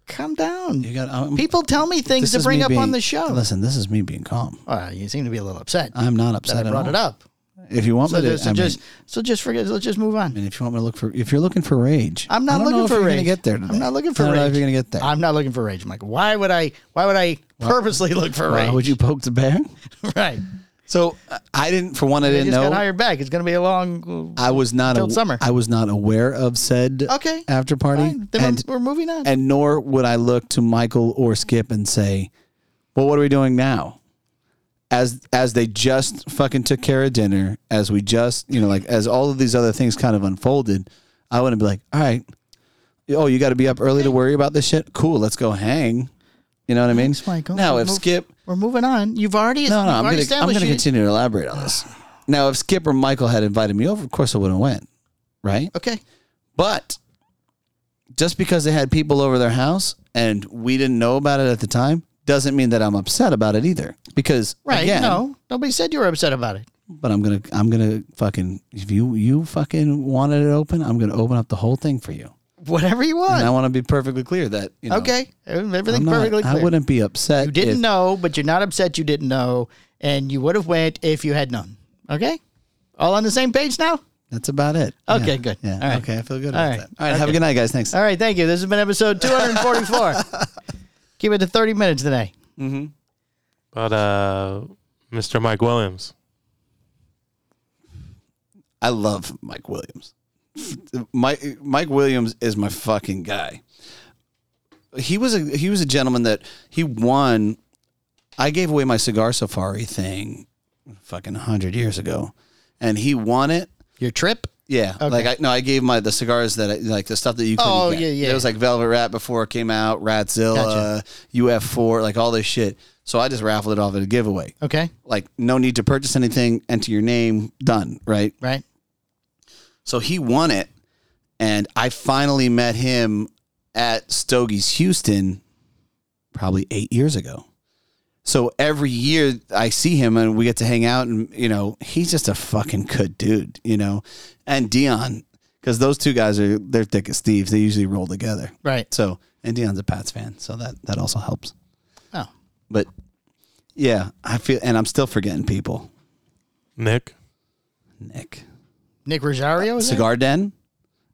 calm down. You got I'm, People tell me things to is bring me up on being- the show. Listen, this is me being calm. Well, you seem to be a little upset. I'm not that I upset at brought all. it up. If you want So, me to, just, so I mean, just so just forget. Let's just move I on. mean, if you want me to look for, if you're looking for rage, I'm not I don't looking know if for you're rage. Gonna get there I'm today. not looking for I don't know if rage. you're gonna get there. I'm not looking for rage, Michael. Why would I? Why would I purposely look for Why rage? would you poke the bear? right. So uh, I didn't. For one, I They didn't just got know. hired back. It's going to be a long. I was not. till aw- summer. I was not aware of said Okay. after uh, party. Fine. Then And we're, we're moving on. and nor would I look to Michael or Skip and say, "Well, what are we doing now?" As as they just fucking took care of dinner, as we just you know like as all of these other things kind of unfolded, I wouldn't be like, "All right, oh, you got to be up early to worry about this shit. Cool, let's go hang." You know what I mean? Thanks, Michael. Now, if Move- Skip, we're moving on. You've already no, you've no, I'm already gonna I'm established gonna you- continue to elaborate on this. Now, if Skip or Michael had invited me over, of course I wouldn't went, right? Okay. But just because they had people over their house and we didn't know about it at the time doesn't mean that I'm upset about it either. Because Right. again, No. Nobody said you were upset about it. but I'm gonna I'm gonna fucking if you you fucking wanted it open, I'm gonna open up the whole thing for you. Whatever you And I want. want to be perfectly clear that you know, Okay. Everything's I'm not- perfectly clear. I wouldn't be upset. you didn't if- know, but you're not upset you didn't know, and you would have went if you had known. Okay. All on the same page now. That's about it. Okay, Yeah. good. Yeah. All right. Okay. I feel good All about right. that. All right. Have a good night, guys. Thanks. All right. Thank you. This has been episode 244. Keep it to 30 minutes today. But uh Mr. Mike Williams. I love Mike Williams. Mike Mike Williams is my fucking guy. He was a he was a gentleman that he won. I gave away my cigar safari thing, fucking hundred years ago, and he won it. Your trip. Yeah, like I no, I gave my the cigars that I, like the stuff that you couldn't Oh, get. yeah, yeah. It was like Velvet Rat before it came out, Ratzilla, UF4, like all this shit. So I just raffled it off at a giveaway. Okay. Like no need to purchase anything, enter your name, done, right? Right. So he won it, and I finally met him at Stogie's Houston, probably eight years ago. So every year I see him and we get to hang out, and you know he's just a fucking good dude, you know, and Dion because those two guys are they're thick as thieves. They usually roll together, Right. so and Dion's a Pats fan, so that that also helps. Oh. But yeah, I feel and I'm still forgetting people. Nick. Nick Nick Rosario is Cigar Den,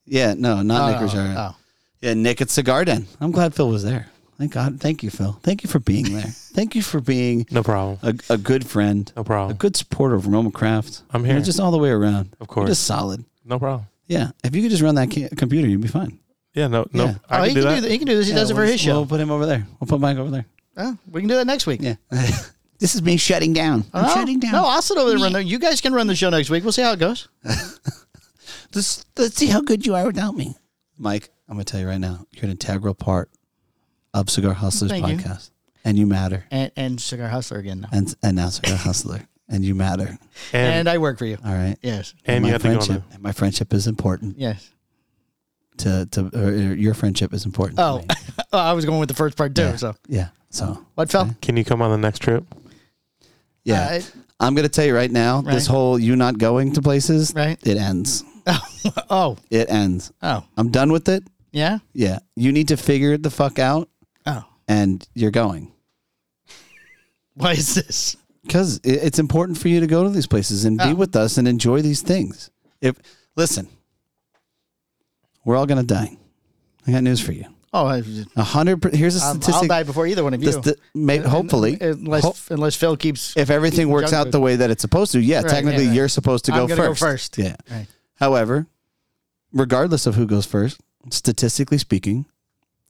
yeah, no, not There? Nick Rosario. Oh. Yeah, Nick at Cigar Den. I'm glad Phil was there. Thank God. Thank you, Phil. Thank you for being there. Thank you for being No problem. a, a good friend, No a problem. good supporter of Roma Craft. I'm You know, here. just all the way around. Of course. You're just solid. No problem. Yeah. If you could just run that ca- computer, you'd be fine. Yeah. No. No. Yeah. I oh, can he do can that. do that. He can do this. He Yeah, does it for we'll- his show. We'll put him over there. We'll put Mike over there. Huh? we can do that next week. Yeah. this is me shutting down. I'm Oh, shutting down. No, I'll sit over there. and Run the, you guys can run the show next week. We'll see how it goes. let's, let's see how good you are without me. Mike, I'm going to tell you right now, you're an integral part of Cigar Hustlers Thank you. podcast, and you matter. And, and Cigar Hustler again. Now. And, and now Cigar Hustler, and you matter. And And uh, and, I work for you. All right. Yes. my you have to go on friendship, the and my friendship is important Yes. to to or, or your friendship is important. to Oh, Uh, me. oh, I was going with the first part too. yeah. So yeah. So what, Phil? Can you come on the next trip? yeah, Uh, it- I'm gonna tell you right now. This Right. whole you not going to places, Right. It ends. oh, It ends. oh, I'm done with it. yeah. Yeah, you need to figure the fuck out, Oh, and you're going why is this? because it, it's important for you to go to these places and be Oh. with us and enjoy these things. If listen, we're all gonna die. I got news for you. Oh, I, A hundred. per- Here's a Um, I'll, statistic. I'll die before either one of you. Uh, This- th- may- hopefully, unless Ho- unless Phil keeps. if everything works Junk out food. the way that it's supposed to, yeah, Right, technically yeah, right. you're supposed to I'm go gonna go first. first. Yeah. Right. However, regardless of who goes first, statistically speaking,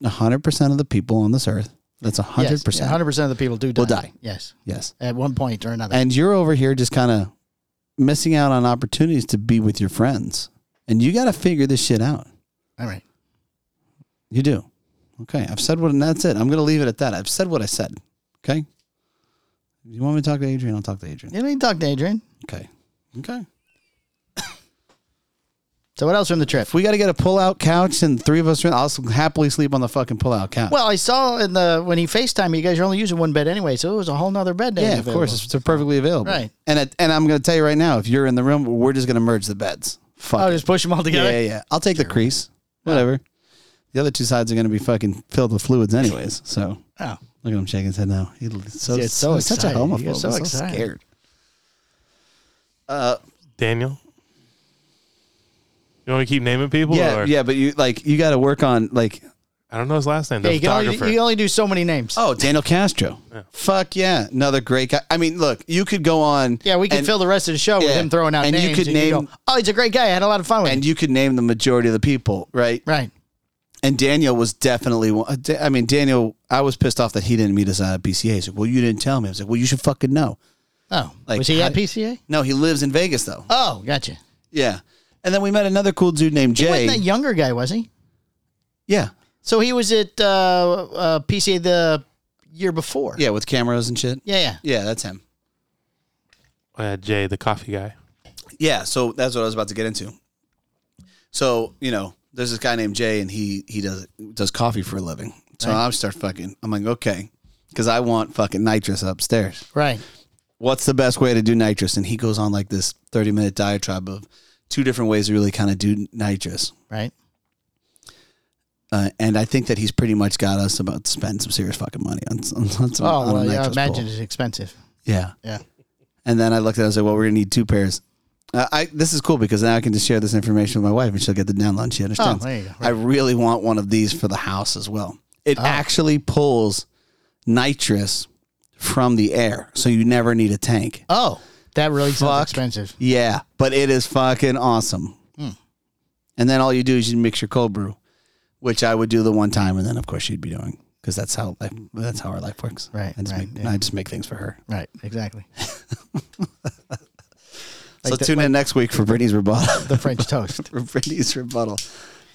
100% of the people on this earth, that's 100%. Hundred percent of the people do die. Will die. Yes, Yes. at one point or another. And you're over here just kind of missing out on opportunities to be with your friends. And you got to figure this shit out. All right. You do. Okay. I've said what, and that's it. I'm going to leave it at that. I've said what I said. Okay. You want me to talk to Adrian? I'll talk to Adrian. You need to talk to Adrian. Okay. Okay. So what else from the trip? If we got to get a pull-out couch and three of us are in, I'll s- happily sleep on the fucking pull-out couch. Well, I saw in the when he Facetime, you guys are only using one bed anyway, so it was a whole nother bed. that yeah, was of available. course, it's, they're perfectly available. Right. And it, and I'm going to tell you right now, if you're in the room, we're just going to merge the beds. Fuck. Oh, it. just push them all yeah, together. yeah, yeah. I'll take the crease. Whatever. The other two sides are going to be fucking filled with fluids, anyways. So Oh, look at him shaking his head now. He's so, He's so he's such a excited. homophobe. He gets so He's excited. scared. Daniel. You want me to keep naming people? Yeah, or? yeah, but you like you got to work on like I don't know his last name. The yeah. You can only, photographer. you can only do so many names. oh Daniel Castro. Fuck yeah, another great guy. I mean, look, you could go on. Yeah, we could and- fill the rest of the show with yeah. him throwing out And you names. could go, name- oh, he's a great guy. I had a lot of fun with him. and you could name the majority of the people, right? Right. And Daniel was definitely one. uh, Da- I mean, Daniel, I was pissed off that he didn't meet us at BCA. He's like, well, you didn't tell me. I was like, well, you should fucking know. Oh, Like, was he how at did- PCA? No, he lives in Vegas though. Oh, gotcha. Yeah. And then we met another cool dude named Jay. Wasn't that younger guy? Was he? yeah. So he was at uh, uh, PCA the year before. Yeah, with cameras and shit. Yeah. Yeah. Yeah, that's him. uh, Jay, the coffee guy. Yeah, so that's what I was about to get into. So you know, there's this guy named Jay, and he he does does coffee for a living. So I start fucking. I'm like, okay, because I want fucking nitrous upstairs. Right. what's the best way to do nitrous? And he goes on like this 30 minute diatribe of two different ways to really kind of do nitrous. Right. Uh, and I think that he's pretty much got us about to spend some serious fucking money on, on, on some Oh, on well, a yeah, I nitrous imagine bowl. it's expensive. Yeah. Yeah. And then I looked at it and said, well, we're going to need two pairs. Uh, I This is cool because now I can just share this information with my wife and she'll get the download. and She understands. Oh, there you go. Oh. I really want one of these for the house as well. It actually pulls nitrous from the air, so you never need a tank. Oh, that really sounds Fuck. expensive. Yeah, but it is fucking awesome. Hmm. And then all you do is you mix your cold brew, which I would do the one time, and then of course she'd be doing because that's how life, that's how our life works. Right, I just right, make yeah. I just make things for her. Right. Exactly. so the- tune in next week for Brittany's rebuttal. the French toast. for Brittany's rebuttal.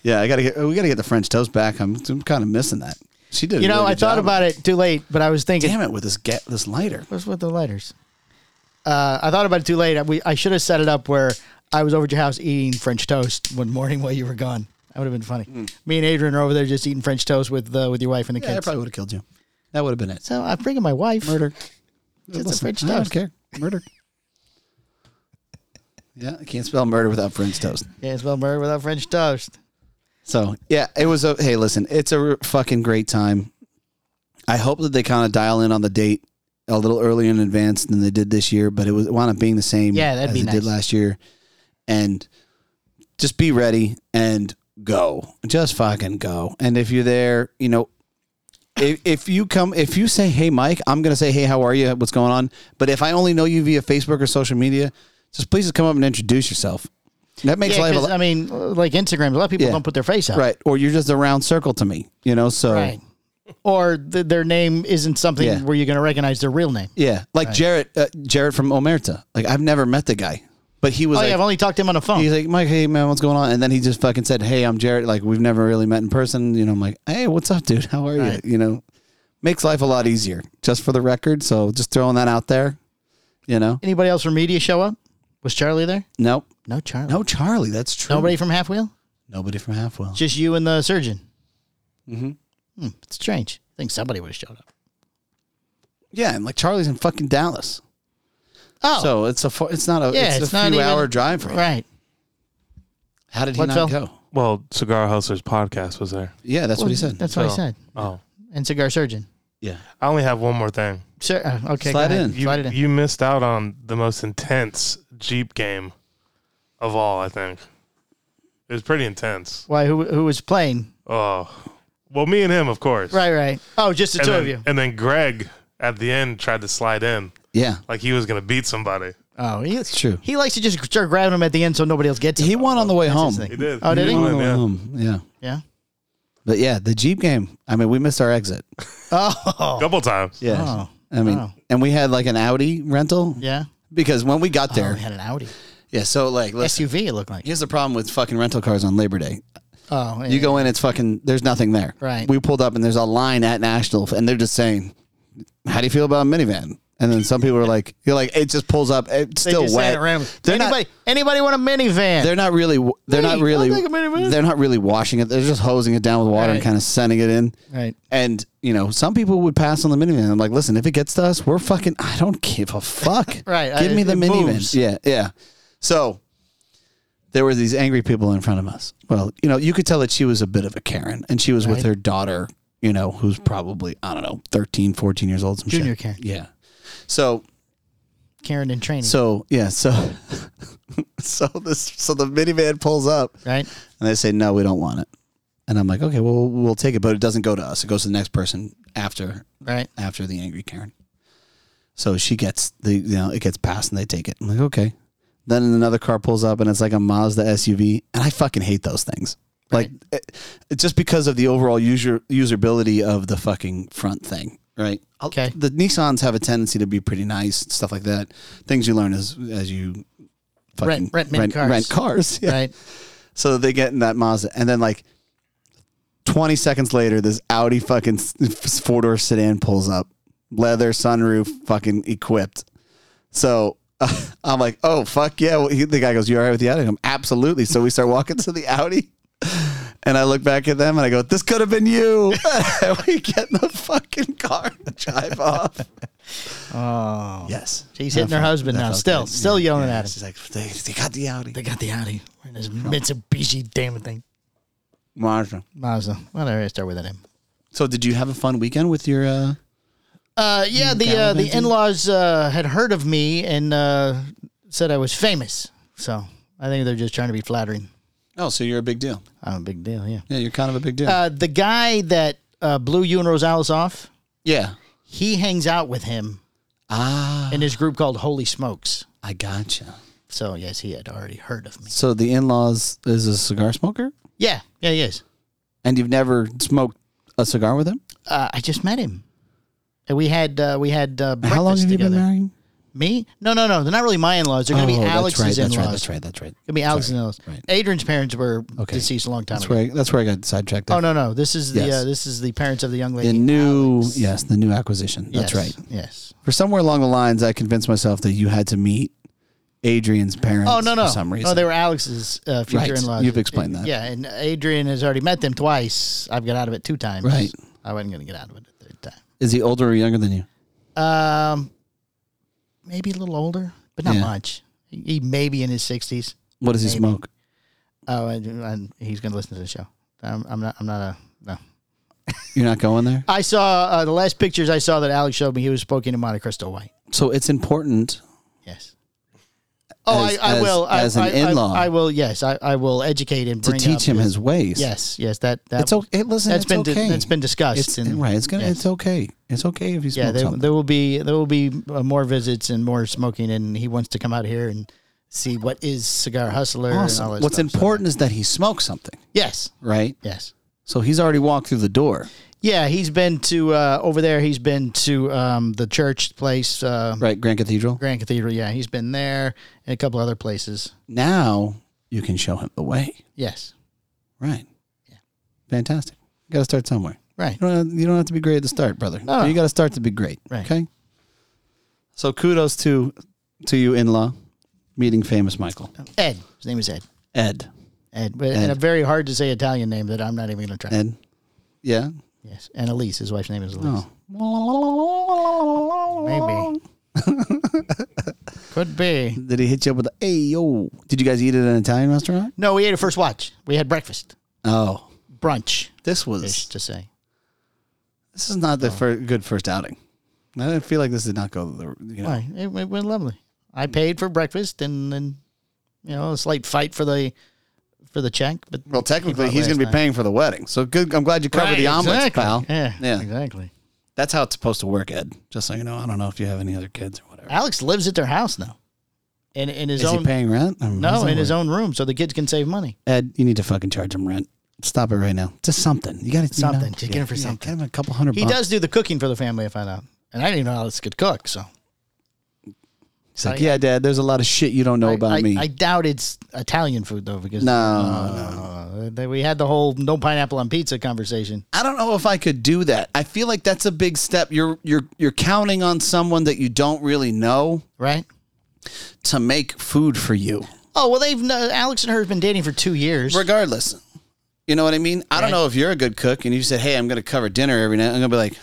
Yeah, I gotta get we gotta get the French toast back. I'm, I'm kind of missing that. She did. a You know, really I good thought job. about it too late, but I was thinking, Damn it with this get this lighter. what's with the lighters? Uh, I thought about it too late. I, we, I should have set it up where I was over at your house eating French toast one morning while you were gone. That would have been funny. Me and Adrian are over there just eating French toast with uh, with your wife and the Hmm. Yeah, I kids. probably would have killed you. That would have been it. so I'm bringing my wife. Murder. It's a Listen, French I don't toast. care. Murder. yeah, I can't spell murder without French toast. Can't spell murder without French toast. So yeah, it was a hey. Listen, it's a r- fucking great time. I hope that they kind of dial in on the date a little earlier in advance than they did this year, but it was it wound up being the same. Yeah, that'd as be it did nice. last year, and just be ready and go. Just fucking go. And if you're there, you know. If, if you come, if you say, "Hey, Mike," I'm gonna say, "Hey, how are you? What's going on?" But if I only know you via Facebook or social media, just please just come up and introduce yourself. That makes Yeah, life a 'cause, lot. I mean, like Instagram, a lot of people Yeah. don't put their face out. Right. Or you're just a round circle to me, you know? So, Right. Or th- their name isn't something Yeah. where you're going to recognize their real name. yeah. Like Jarrett, uh, Jarrett from Omerta. Like, I've never met the guy, but he was Oh, like, yeah, I've only talked to him on the phone. he's like, Mike, hey, man, what's going on? And then he just fucking said, hey, I'm Jarrett. Like, we've never really met in person. You know, I'm like, hey, what's up, dude? How are Right. you? You know, makes life a lot easier just for the record. So, just throwing that out there, you know? Anybody else from media show up? Was Charlie there? Nope. No, Charlie. No, Charlie. That's true. Nobody from Half Wheel? Nobody from Halfwell. Just you and the surgeon. Mm-hmm. Hmm, it's strange. I think somebody would have showed up. Yeah. And like, Charlie's in fucking Dallas. Oh, So, it's a, fu- it's not a, yeah, it's, it's, a not few even, hour drive for him. Oh, Right. How did he What, not Phil? go? Well, Cigar Hustlers podcast was there. Yeah, that's what he said. That's what I So- said. Oh, And cigar surgeon. Yeah. I only have one more thing. Sir, uh, okay. Slide go ahead. in. You, Slide it in. you missed out on the most intense Jeep game of all, I think. It was pretty intense. Why? Who, who was playing? Oh, well, me and him, of course. Right, right. Oh, just the And two then, of you. And then Greg at the end tried to slide in Yeah. like he was going to beat somebody. Oh, he, it's true. He likes to just start grabbing them at the end so nobody else gets him. He won on the way home. thing. He He did. Oh, did he? won on the way Yeah. home. Yeah. Yeah. But yeah, the Jeep game. I mean, we missed our exit. Oh. Couple times. Yeah. Oh. I mean, Oh. and we had like an Audi rental Yeah. because when we got Oh, there, we had an Audi yeah. So like, listen, SUV. It looked like. here's the problem with fucking rental cars on Labor Day. Oh, yeah. You go in, it's fucking. There's nothing there. Right. We pulled up and there's a line at National, and they're just saying, "How do you feel about a minivan?" And then some people are like, "You're like, it just pulls up. It's They still just wet." said it randomly. They're not- anybody, anybody want a minivan? They're not really. They're Hey, not really. I'll take a minivan. They're not really washing it. They're just hosing it down with water and Right. kind of sending it in. right. And you know, some people would pass on the minivan. I'm like, listen, if it gets to us, we're fucking. I don't give a fuck. Right, Give I- me the it minivan. moves. Yeah. Yeah. So there were these angry people in front of us. Well, you know, you could tell that she was a bit of a Karen, and she was with Right. her daughter. You know, who's probably I don't know, 13, 14 years old. Some shit. Junior Karen. Yeah. So Karen in training. so yeah. So so this so the minivan pulls up. right. And they say, no, we don't want it. And I'm like, okay, well, we'll take it, but it doesn't go to us. It goes to the next person after Right. after the angry Karen. So she gets the you know it gets passed and they take it. I'm like, okay. Then another car pulls up and it's like a Mazda SUV, and I fucking hate those things. Like, it, it's just because of the overall user usability of the fucking front thing, right? I'll- Okay. The Nissans have a tendency to be pretty nice, stuff like that. Things you learn as as you fucking Rent- rent mini cars. rent cars, yeah. Right. So they get in that Mazda, and then like twenty seconds later, this Audi fucking four door sedan pulls up, leather sunroof, fucking equipped. So I'm like, oh fuck yeah! Well, he, the guy goes, "You all right with the Audi?" I'm absolutely. So we start walking to the Audi. And I look back at them and I go, "This could have been you." And we get in the fucking car and drive off. Oh. Yes, She's hitting her husband now. Still, still yelling at him. She's like, "They, they got the Audi." They got the Audi. We're in this Mitsubishi damn thing. Mazda. Mazda. Whatever. I start with that name. So, did you have a fun weekend with your? Uh, Uh, yeah, the uh, the Gallivanting? in laws uh, had heard of me and uh, said I was famous. So I think they're just trying to be flattering. oh, so you're a big deal. I'm a Oh, big deal. Yeah. Yeah, you're kind of a big deal. Uh, the guy that uh, blew you and Rosales off, yeah. he hangs out with him Ah, in his group called Holy Smokes. I gotcha. So yes, he had already heard of me. So the in-laws is a cigar smoker, Yeah, yeah, he is. and you've never smoked a cigar with him. Uh, I just met him, and we had uh, we had uh, breakfast How long have you together. been married? Oh, Me? No, no, no. They're not really my in-laws. They're gonna be Alex's that's right, in-laws. that's right. That's right. That's right. Gonna be Alex's Sorry, in-laws. right. Adrian's parents were Okay. deceased a long time That's ago. where I, that's where I got sidetracked. Oh no, no. This is the Yes. uh, this is the parents of the young lady. The new yes, the new acquisition. That's Yes, right. Yes. For somewhere along the lines, I convinced myself that you had to meet Adrian's parents. Oh no, no. For some reason, No, they were Alex's uh, future Right. in-laws. You've explained that. Yeah, and Adrian has already met them twice. I've got out of it two times. Right. I wasn't gonna get out of it a third time. is he older or younger than you? Um, maybe a little older, but not Yeah. much. He he may be in his sixties. What does he Maybe. smoke? Oh, and, and he's going to listen to the show. I'm, I'm not. I'm not a no. You're not going there. I saw uh, the last pictures I saw that Alex showed me. He was smoking a Monte Cristo white. So it's important. Yes. Oh, As- I, I as- will. I, as an I- I- in-law. I, will. Yes, I, I will educate and to bring teach up him this- his ways. Yes, yes. That that it's okay. Listen, That's it's been okay. that's been discussed. It's and- right. It's gonna. yes. It's okay. It's okay if he smokes yeah. There, something. there will be there will be uh, more visits and more smoking, and he wants to come out here and see what is cigar hustler. And awesome. all that What's stuff, so- important is that he smokes something, yes. right? Yes. So he's already walked through the door, Yeah, he's been to uh, over there. He's been to um, the church place, uh, right? Grand Cathedral. Grand Cathedral. Yeah, he's been there and a couple other places. Now you can show him the way, Yes, right? Yeah. Fantastic. You got to start somewhere. right. You don't, have, you don't have to be great at the start, brother. No, no. You got to start to be great. Right. Okay. So kudos to to you, in law, meeting famous Michael Ed, his name is Ed. Ed. Ed, but and a Ed. very hard to say Italian name that I'm not even going to try. Ed. Yeah. Yes, and Elise, his wife's name is Elise. Oh. Maybe could be. Did he hit you up with a hey yo? Did you guys eat at an Italian restaurant? No, we ate a first watch. We had breakfast, Oh, brunch, this was ish to say. this is not the fir- good first outing. I didn't feel like this did not go. The, you know, Why? It, it went lovely. I paid for breakfast, and then you know a slight fight for the for the check, but well, technically, he's going last to be night. paying for the wedding. So good. I'm glad you covered the omelets, exactly. pal. Yeah, Yeah. exactly. That's how it's supposed to work, Ed. Just so you know, I don't know if you have any other kids or whatever. Alex lives at their house now, in in his Is own he paying rent? I mean, how does no that in his work? own room, so the kids can save money. Ed, you need to fucking charge him rent. Stop it right now. Just something. You got to Something. Just get him for something. Get him a couple hundred. He bucks. does do the cooking for the family. I found out, and I didn't even know Alex could cook. So He's like, Oh, yeah, Dad. There's a lot of shit you don't know I, about I, me. I doubt it's Italian food though, because no, no. Uh, they- we had the whole no pineapple on pizza conversation. I don't know if I could do that. I feel like that's a big step. You're you're you're counting on someone that you don't really know Right? to make food for you. Oh well, they've kno- Alex and her have been dating for two years. Regardless. You know what I mean? I don't know if you're a good cook and you said, "Hey, I'm going to cover dinner every night." I'm going to be like,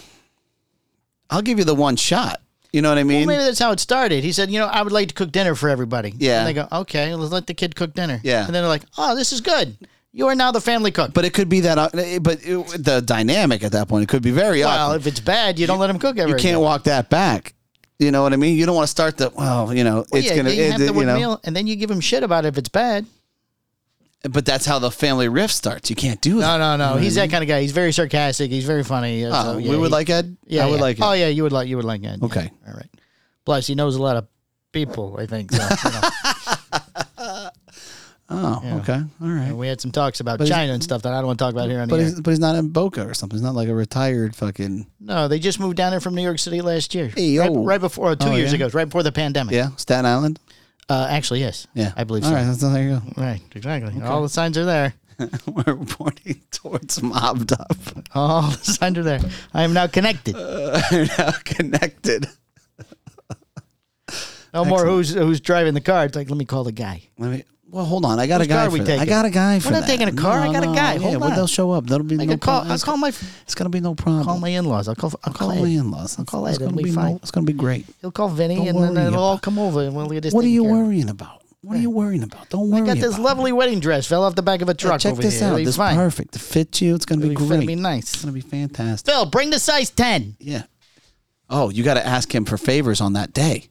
"I'll give you the one shot." You know what I mean? Well, maybe that's how it started. He said, "You know, I would like to cook dinner for everybody." Yeah. And they go, "Okay, let's let the kid cook dinner." Yeah. And then they're like, "Oh, this is good. You are now the family cook." but it could be that uh, but it, the dynamic at that point it could be very well, awkward. if it's bad, you, don't let him cook ever. You again. can't walk that back. You know what I mean? You don't want to start the well, you know, it's yeah, going you have to the you one know. meal, and then you give him shit about it if it's bad. But that's how the family rift starts. You can't do that. No, no, no. He's that kind of guy. He's very sarcastic. He's very funny. uh, Uh, so, we yeah, would he- like Ed. Yeah, I would yeah. like. Ed. Oh yeah, you would like. You would like Ed. yeah. Okay. All right. Plus, he knows a lot of people. I think. So, you know. Oh, okay, all right. And we had some talks about China and stuff that I don't want to talk about here on But the he's, air. but he's not in Boca or something. He's not like a retired fucking. No, they just moved down there from New York City last year. Hey, right, yo. right before uh, two Oh, years yeah? ago, right before the pandemic. Yeah, Staten Island. Uh, actually, yes. Yeah, I believe All so. right, Right. that's there you go. exactly. All the signs are there. We're pointing towards mobbed up. All the signs are there. I am now connected. Uh, They're now connected. No more who's who's driving the car. It's like let me call the guy. Let me. Well, hold on. I got Whose a guy. car For we that. I taking? got a guy for not that. taking a car. I got a guy. Yeah, Hold well, on. they'll show up. That'll be I no could call. problem. I'll call my It's gonna be no problem. call my in-laws. I'll call. I'll call, Call Ed. my in-laws. I'll call It's Ed. gonna It'll be no- fine. it's gonna be great. He'll call Vinny, and worry then it'll all about come over, and we'll get this. What are taken you care of. worrying about? What are you worrying about? Don't worry. I got this about it. lovely wedding dress. Fell off the back of a truck. Yeah, check over this here. out. It'll be This is fine. perfect. It fits you. It's gonna be It'll be- great. it'll be nice. It's gonna be fantastic. Phil, bring the size ten. Yeah. Oh, you got to ask him for favors on that day.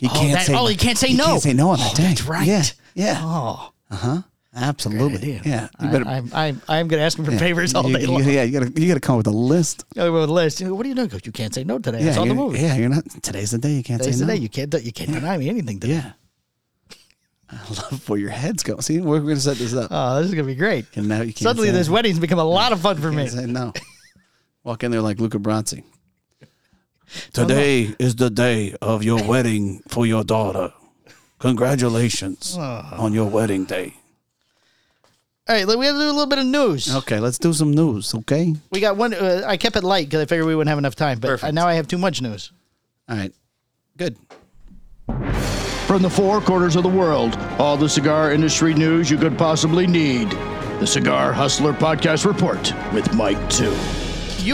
You can't that- say. oh, you can't say no. Oh, can't say no on that day. That's right. Yeah. Yeah. Oh, Absolutely. Yeah. You I, better- I'm, I'm, I'm going to ask him for yeah. favors all You- day you- long. Yeah. You got to. You got to come up with a list. I wrote a list. You know, What are you doing? He goes, You can't say no today. I Yeah. saw the you're- movie. Yeah. You're not. Today's the day. You can't Today's say the no. day. You can't, you can't deny me anything today. yeah. I love where your head's going. See, we're going to set this up. Oh, this is going to be great. And now you can't Suddenly, say this no. wedding's become a lot of fun for You me. can't say no. Walk in there like Luca Brasi. Today is the day of your wedding for your daughter. Congratulations on your wedding day. All right, we have to do a little bit of news. Okay, let's do some news, okay? We got one. Uh, I kept it light because I figured we wouldn't have enough time, but I, Perfect. now I have too much news. All right. Good. From the four corners of the world, all the cigar industry news you could possibly need. The Cigar Hustler Podcast Report with Mike 2.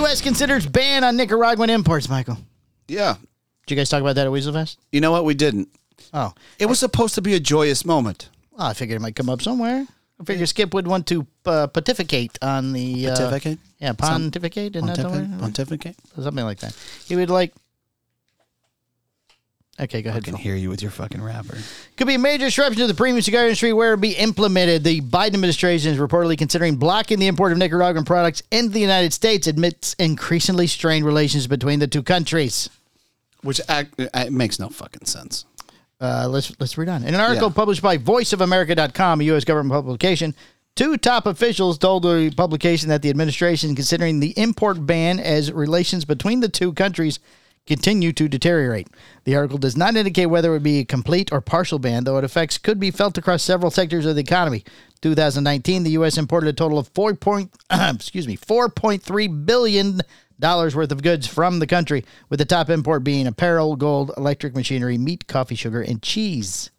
U.S. considers ban on Nicaraguan imports, Michael. Yeah. Did you guys talk about that at Weaselfest? You know what? We didn't. Oh, It was supposed to be a joyous moment. well, I figured it might come up somewhere. I figure Skip would want to uh, pontificate on the. Uh, Pontificate? Yeah, pontificate. Isn't that the word? Pontific- Pontificate? Something like that. He would like. Okay, go ahead. I can Phil. hear you with your fucking rapper. could be a major disruption to the premium cigar industry where it be implemented. The Biden administration is reportedly considering blocking the import of Nicaraguan products into the United States amidst increasingly strained relations between the two countries. Which act, uh, it makes no fucking sense. Uh, let's let's read on. In an article Yeah. published by voiceofamerica.com, a U.S. government publication, two top officials told the publication that the administration is considering the import ban as relations between the two countries continue to deteriorate. The article does not indicate whether it would be a complete or partial ban, though its effects could be felt across several sectors of the economy. 2019, the U.S. imported a total of 4. Point, excuse me, 4.3 billion dollars worth of goods from the country, with the top import being apparel, gold, electric machinery, meat, coffee, sugar, and cheese.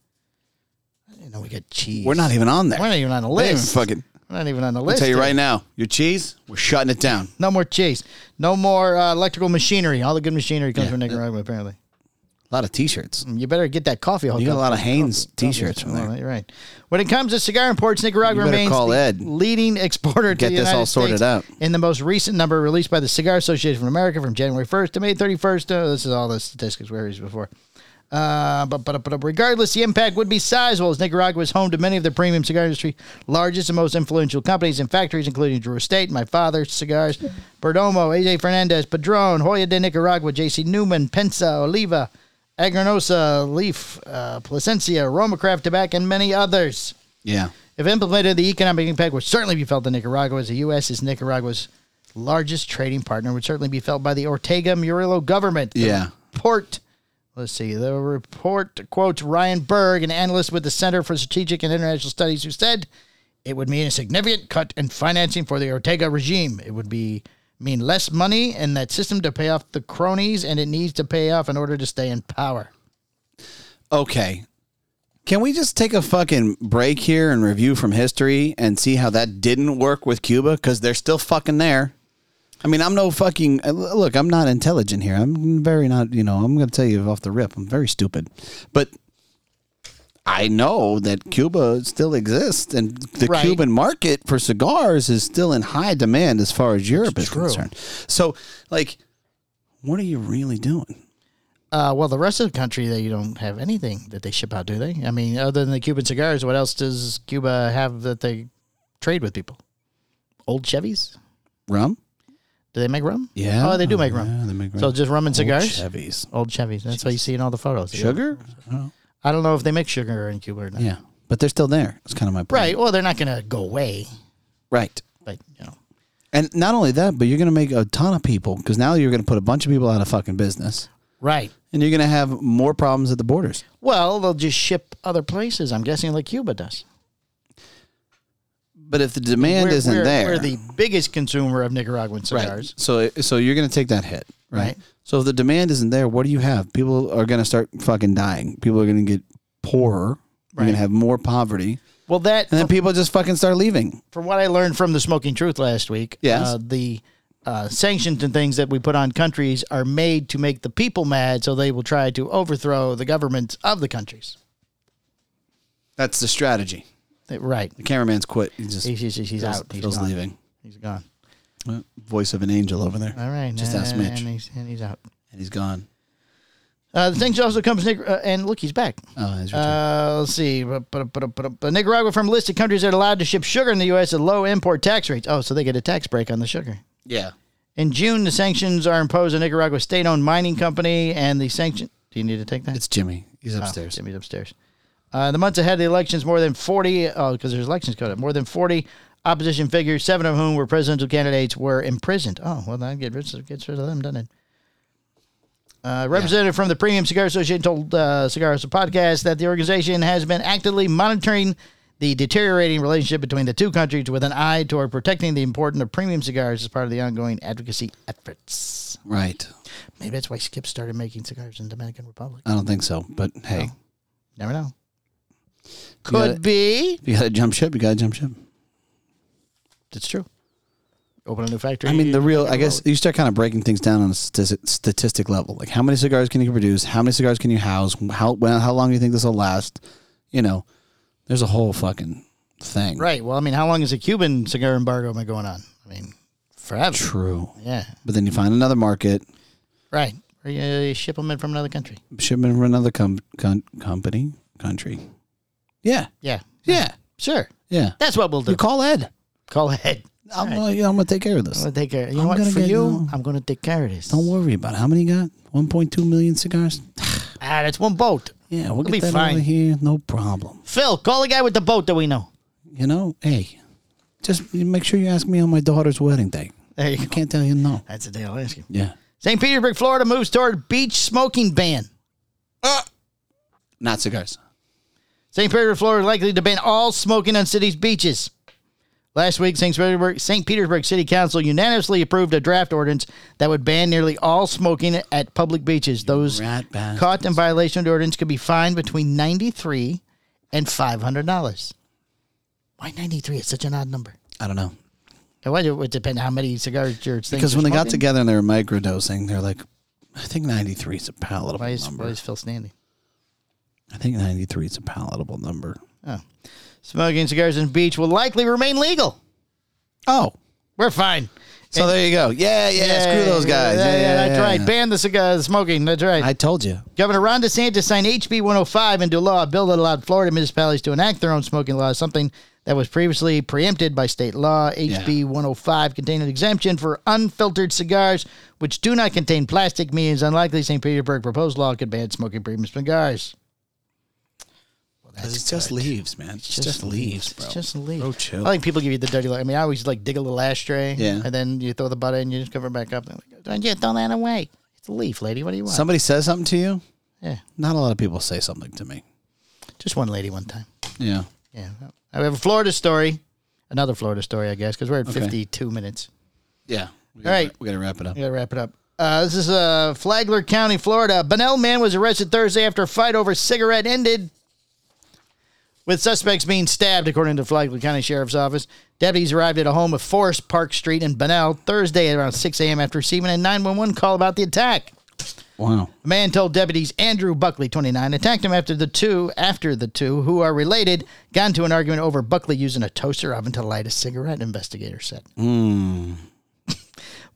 I didn't know we got cheese. We're not even on there. We're not even on the They haven't list. Fucking, We're not even on the I'll list. tell you here. right now, your cheese, we're shutting it down. No more cheese. No more uh, electrical machinery. All the good machinery comes from Nicaragua, apparently. Mm, A lot of t shirts. You better get that coffee hooked You got up. a lot of Hanes t shirts from All there. right, right. When it comes to cigar imports, Nicaragua You better remains call the Ed. leading exporter Get to the this United all sorted States out. In the most recent number released by the Cigar Association of America from January 1st to May 31st, oh, this is all the statistics we used before. Uh, but, but, but regardless, the impact would be sizable as Nicaragua is home to many of the premium cigar industry largest and most influential companies and factories, including Drew Estate, My Father Cigars, Perdomo, AJ Fernandez, Padron, Hoya de Nicaragua, JC Newman, Pensa, Oliva, Agrinosa, Leaf, uh, Placencia, Romacraft Tobacco, and many others. Yeah. If implemented, the economic impact would certainly be felt in Nicaragua, as the U.S. is Nicaragua's largest trading partner, would certainly be felt by the Ortega Murillo government. The Yeah. report. Let's see. The report quotes Ryan Berg, an analyst with the Center for Strategic and International Studies, who said it would mean a significant cut in financing for the Ortega regime. It would be mean less money in that system to pay off the cronies, and it needs to pay off in order to stay in power. Okay. Can we just take a fucking break here and review from history and see how that didn't work with Cuba? Because they're still fucking there. I mean, I'm no fucking. uh, Look, I'm not intelligent here. I'm very not, you know, I'm going to tell you off the rip. I'm very stupid. But I know that Cuba still exists and the Right. Cuban market for cigars is still in high demand as far as Europe is true. concerned. So, like, what are you really doing? Uh, well, the rest of the country, they don't have anything that they ship out, do they? I mean, other than the Cuban cigars, what else does Cuba have that they trade with people? Old Chevys? Rum? Do they make rum? Yeah. Oh, they do make rum. Yeah, they make rum. So just rum and cigars? Old, Chevys. Chevys. That's what you see in all the photos. Yeah. Sugar? I don't know if they make sugar in Cuba or not. Yeah. But they're still there. That's kind of my point. Right. Well, they're not going to go away, Right. but, you know. And not only that, but you're going to make a ton of people because now you're going to put a bunch of people out of fucking business Right. and you're going to have more problems at the borders. Well, they'll just ship other places, I'm guessing, like Cuba does. But if the demand We're- isn't we're- there, We're the biggest consumer of Nicaraguan cigars. right. So, so you're going to take that hit, right? Right. So if the demand isn't there, what do you have? People are going to start fucking dying. People are going to get poorer. You're going Right. to have more poverty. Well, that And then people just fucking start leaving. from what I learned from the Smoking Truth last week, Yes. uh, the uh, sanctions and things that we put on countries are made to make the people mad, so they will try to overthrow the governments of the countries. That's the strategy. Uh, Right. The cameraman's quit. He just He's, he's, he's Phil's- out. He's Phil's gone. leaving. He's gone. Voice of an angel over there. All right. Just and, ask Mitch. And he's, and he's out. And he's gone. Uh, the sanctions also comes, Nick- uh, and look, he's back. Oh, he's returned. Uh, let's see. But, but, but, but, but Nicaragua from listed countries that are allowed to ship sugar in the U.S. at low import tax rates. Oh, so they get a tax break on the sugar. yeah. In June, the sanctions are imposed on Nicaragua state-owned mining company, and the sanction. Do you need to take that? It's Jimmy. He's Oh, upstairs. Jimmy's upstairs. Uh, the months ahead of the elections, more than 40, oh, because there's elections coming up, more than 40 opposition figures, seven of whom were presidential candidates, were imprisoned. Oh, well, that gets rid, gets rid of them, doesn't it? Uh, representative from the Premium Cigar Association told uh, Cigars Podcast that the organization has been actively monitoring the deteriorating relationship between the two countries with an eye toward protecting the importance of premium cigars as part of the ongoing advocacy efforts. Right. Maybe that's why Skip started making cigars in Dominican Republic. I don't think so. But hey, Never know. gotta- Could be. if you got to jump ship, you got to jump ship. It's true. Open a new factory. I mean, the real, I guess you start kind of breaking things down on a statistic, statistic level. Like, how many cigars can you produce? How many cigars can you house? How well, how long do you think this will last? You know, there's a whole fucking thing. Right. Well, I mean, how long is the Cuban cigar embargo been going on? I mean, forever. True. Yeah. But then you find another market, Right. Or you, you ship them in from another country. shipment from another com- com- company, country. Yeah. Yeah. Yeah. Sure. Yeah. That's what we'll do. You call Ed. Call ahead. I'm, gonna, you know, I'm gonna take care of I'm this. gonna take care. You know I'm what? gonna For get- you, no. I'm gonna take care of this. Don't worry about it. How many you got? 1.2 million cigars? Ah, that's one boat. Yeah, we'll It'll get be that fine. over here. No problem. Phil, call the guy with the boat that we know. You know, hey, just make sure you ask me on my daughter's wedding day. There you go. I can't tell you no. That's the day I'll ask you. Yeah. St. Petersburg, Florida moves toward beach smoking ban. Not cigars. St. Petersburg, Florida, likely to ban all smoking on city's beaches. Last week, St. Petersburg, St. Petersburg City Council unanimously approved a draft ordinance that would ban nearly all smoking at public beaches. Those Rat band. caught in violation of the ordinance could be fined between ninety-three and five hundred dollars. Why ninety-three? It's such an odd number. I don't know. It would, it would depend how many cigars you're thinking Because when they you're got smoking. together and they were microdosing, they're like, I think 93 is a palatable why is, number. why is Phil standing? I think 93 is a palatable number. Smoking cigars on the beach will likely remain legal. Oh, We're fine. so there you go. Yeah, yeah, screw those guys. Yeah, yeah, that's yeah, right. yeah. Ban the cigar smoking. That's right. I told you. Governor Ron DeSantis signed HB 105 into law, a bill that allowed Florida municipalities to enact their own smoking laws, something that was previously preempted by state law. HB 105 contained an exemption for unfiltered cigars, which do not contain plastic, meaning it's unlikely St. Petersburg proposed law could ban smoking premium cigars. Because it's just leaves, man. It's just, leaves, bro. It's just leaves. Oh, chill. I think people give you the dirty look. I mean, I always like dig a little ashtray, Yeah. and then you throw the butt in, you just cover it back up. And I'm like, yeah, throw that away. It's a leaf, lady. What do you want? Somebody says something to you. yeah, Not a lot of people say something to me. just one lady one time. Yeah. Yeah. I have a Florida story. Another Florida story, I guess, because we're at Okay. 52 minutes. Yeah. We All right. We got to wrap it up. I gotta wrap it up. Uh, this is uh, Flagler County, Florida. Bunnell man was arrested Thursday after a fight over a cigarette ended with suspects being stabbed, according to Flagler County Sheriff's Office. Deputies arrived at a home of Forest Park Street in Bunnell Thursday at around 6 a.m. after receiving a 911 call about the attack. Wow. The man told deputies Andrew Buckley, 29, attacked him after the two after the two who are related got into an argument over Buckley using a toaster oven to light a cigarette. Investigator said.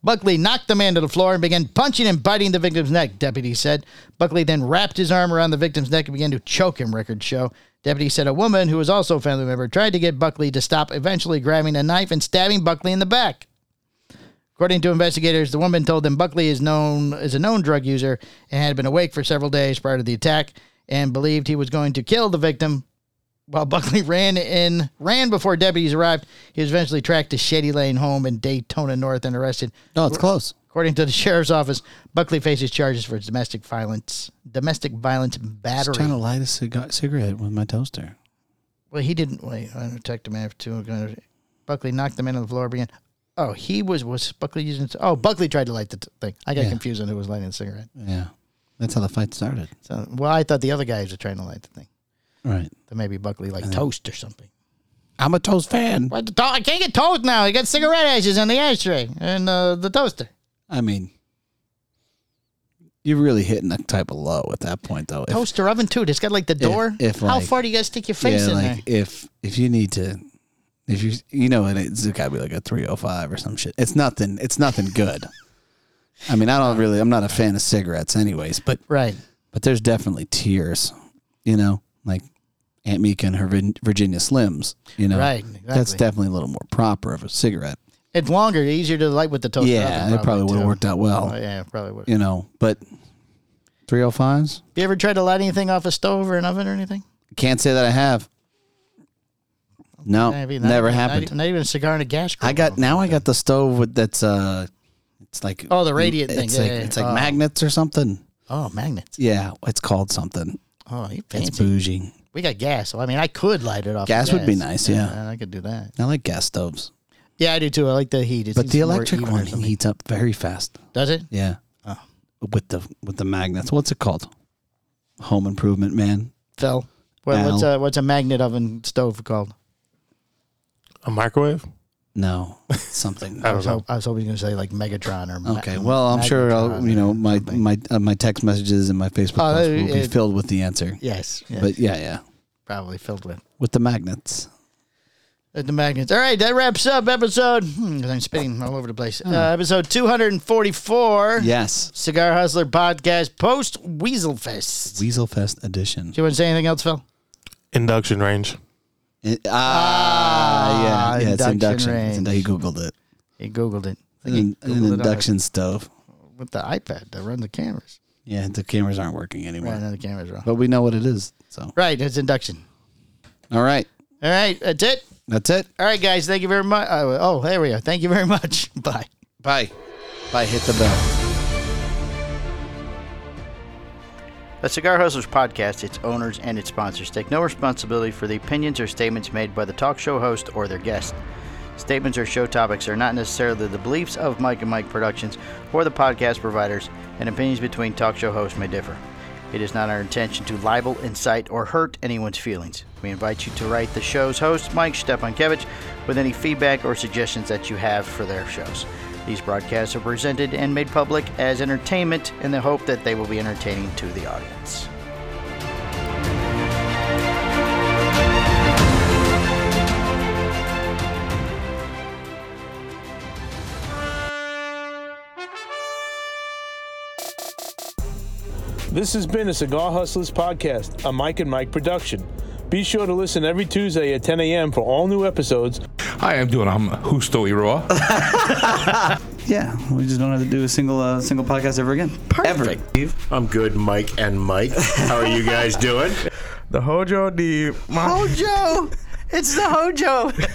Buckley knocked the man to the floor and began punching and biting the victim's neck. Deputies said Buckley then wrapped his arm around the victim's neck and began to choke him. Record show. Deputy said a woman who was also a family member tried to get Buckley to stop, eventually grabbing a knife and stabbing Buckley in the back. According to investigators, the woman told them Buckley is known is a known drug user and had been awake for several days prior to the attack and believed he was going to kill the victim. While Buckley ran in ran before deputies arrived, he was eventually tracked to Shady Lane home in Daytona North and arrested. No, it's close. According to the sheriff's office, Buckley faces charges for domestic violence, domestic violence Just trying to battery. light a cigar- cigarette with my toaster. Well, he didn't wait. I attacked him after two. uh, Buckley knocked the man on the floor. Began. Oh, he was was Buckley using? Oh, Buckley tried to light the t- thing. I got Yeah. confused on who was lighting the cigarette. Yeah. That's how the fight started. So, well, I thought the other guys were trying to light the thing. Right. Then maybe Buckley like toast or something. I'm a toast fan. What the to- I can't get toast now. I got cigarette ashes on the ashtray and uh, the toaster. I mean, you're really hitting that type of low at that point, though. If- Toaster oven too. It's got like the door. if, How like- far do you guys stick your face in there? like if if you need to, if you you know, and it's got to be like a 305 or some shit. It's nothing. It's nothing good. I mean, I don't really. I'm not a fan of cigarettes, anyways. But Right. but there's definitely tears. You know, like Aunt Mika and her Vin- Virginia Slims. You know, Right, exactly. That's definitely a little more proper of a cigarette. It's longer, easier to light with the toaster. yeah, oven it probably would have too. worked out well. Oh, yeah, it probably would. You know, but 305s. You ever tried to light anything off a stove or an oven or anything? Can't say that I have. No, Maybe not never even- not happened. even- Not, even a cigar and a gas. I got now. I got the stove with that's uh, it's like Oh, the radiant it's thing. Yeah, like yeah, yeah. it's like Oh. magnets or something. Oh, magnets. Yeah, it's called something. Oh, you It's fancy. bougie. We got gas, so I mean, I could light it off. Gas with would be nice, yeah. I could do that. I like gas stoves, Yeah, I do too. I like the heat. It but seems the more electric even or one something. Oh. heats up very fast. does it. Yeah, with the with the magnets. What's it called? Home improvement man. Phil, what, Ow. what's a what's a magnet oven stove called? A microwave? No, something. I I don't was, know. hop- I was hoping you were going to say like Megatron or Ma- Uh-huh. Okay. Well, I'm sure I'll, Magnetron you know or my something. my uh, my text messages and my Facebook Oh, posts will be it- filled with the answer. yes, yes, But yeah, yeah, probably filled with. with the magnets. At the magnets. All right, that wraps up episode. Hmm, I'm spinning all over the place. Hmm. Uh, episode 244. Yes, Cigar Hustler Podcast post Weasel Fest. Weasel Fest edition. Do you want to say anything else, Phil? Induction range. It- ah, Ah, yeah, yeah. It's induction induction. range. It's in- you googled it. He Googled it. Mm. I think An, he an Googled it on induction stove. the- with the iPad that runs the cameras. Yeah, the cameras aren't working anymore, Right, now the cameras wrong. but we know what it is. So, Right, it's induction. all right, All right, that's it. that's it. All right, guys, thank you very much. Oh, oh, there we go. Thank you very much. Bye. Bye, bye. Hit the bell. The Cigar Hustlers podcast, its owners, and its sponsors take no responsibility for the opinions or statements made by the talk show host or their guest. Statements or show topics are not necessarily the beliefs of Mike and Mike Productions or the podcast providers, and opinions between talk show hosts may differ. It is not our intention to libel, incite, or hurt anyone's feelings. We invite you to write the show's host, Mike Stepankevich, with any feedback or suggestions that you have for their shows. These broadcasts are presented and made public as entertainment in the hope that they will be entertaining to the audience. This has been a Cigar Hustlers podcast, a Mike and Mike production. Be sure to listen every Tuesday at 10 a.m. for all new episodes Hi, I'm doing. I'm Husto Iroa. Yeah, we just don't have to do a single uh, single podcast ever again. Perfect. Ever. I'm good, Mike and Mike. How are you guys doing? The Hojo di Ma- Hojo, it's the Hojo. di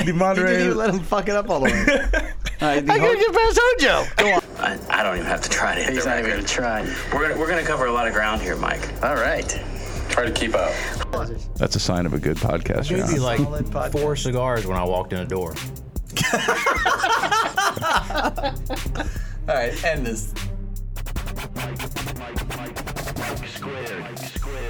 You didn't Monterey. even let him fuck it up all the way. All right, Uh, the I gotta Ho- get past Hojo! I, I don't even have to try to hit He's the not record. even gonna try. We're gonna, we're gonna cover a lot of ground here, Mike. All right. Try to keep up. That's a sign of a good podcast. you're on. like four cigars when I walked in the door. all right, end this. Mike squared. Mike squared.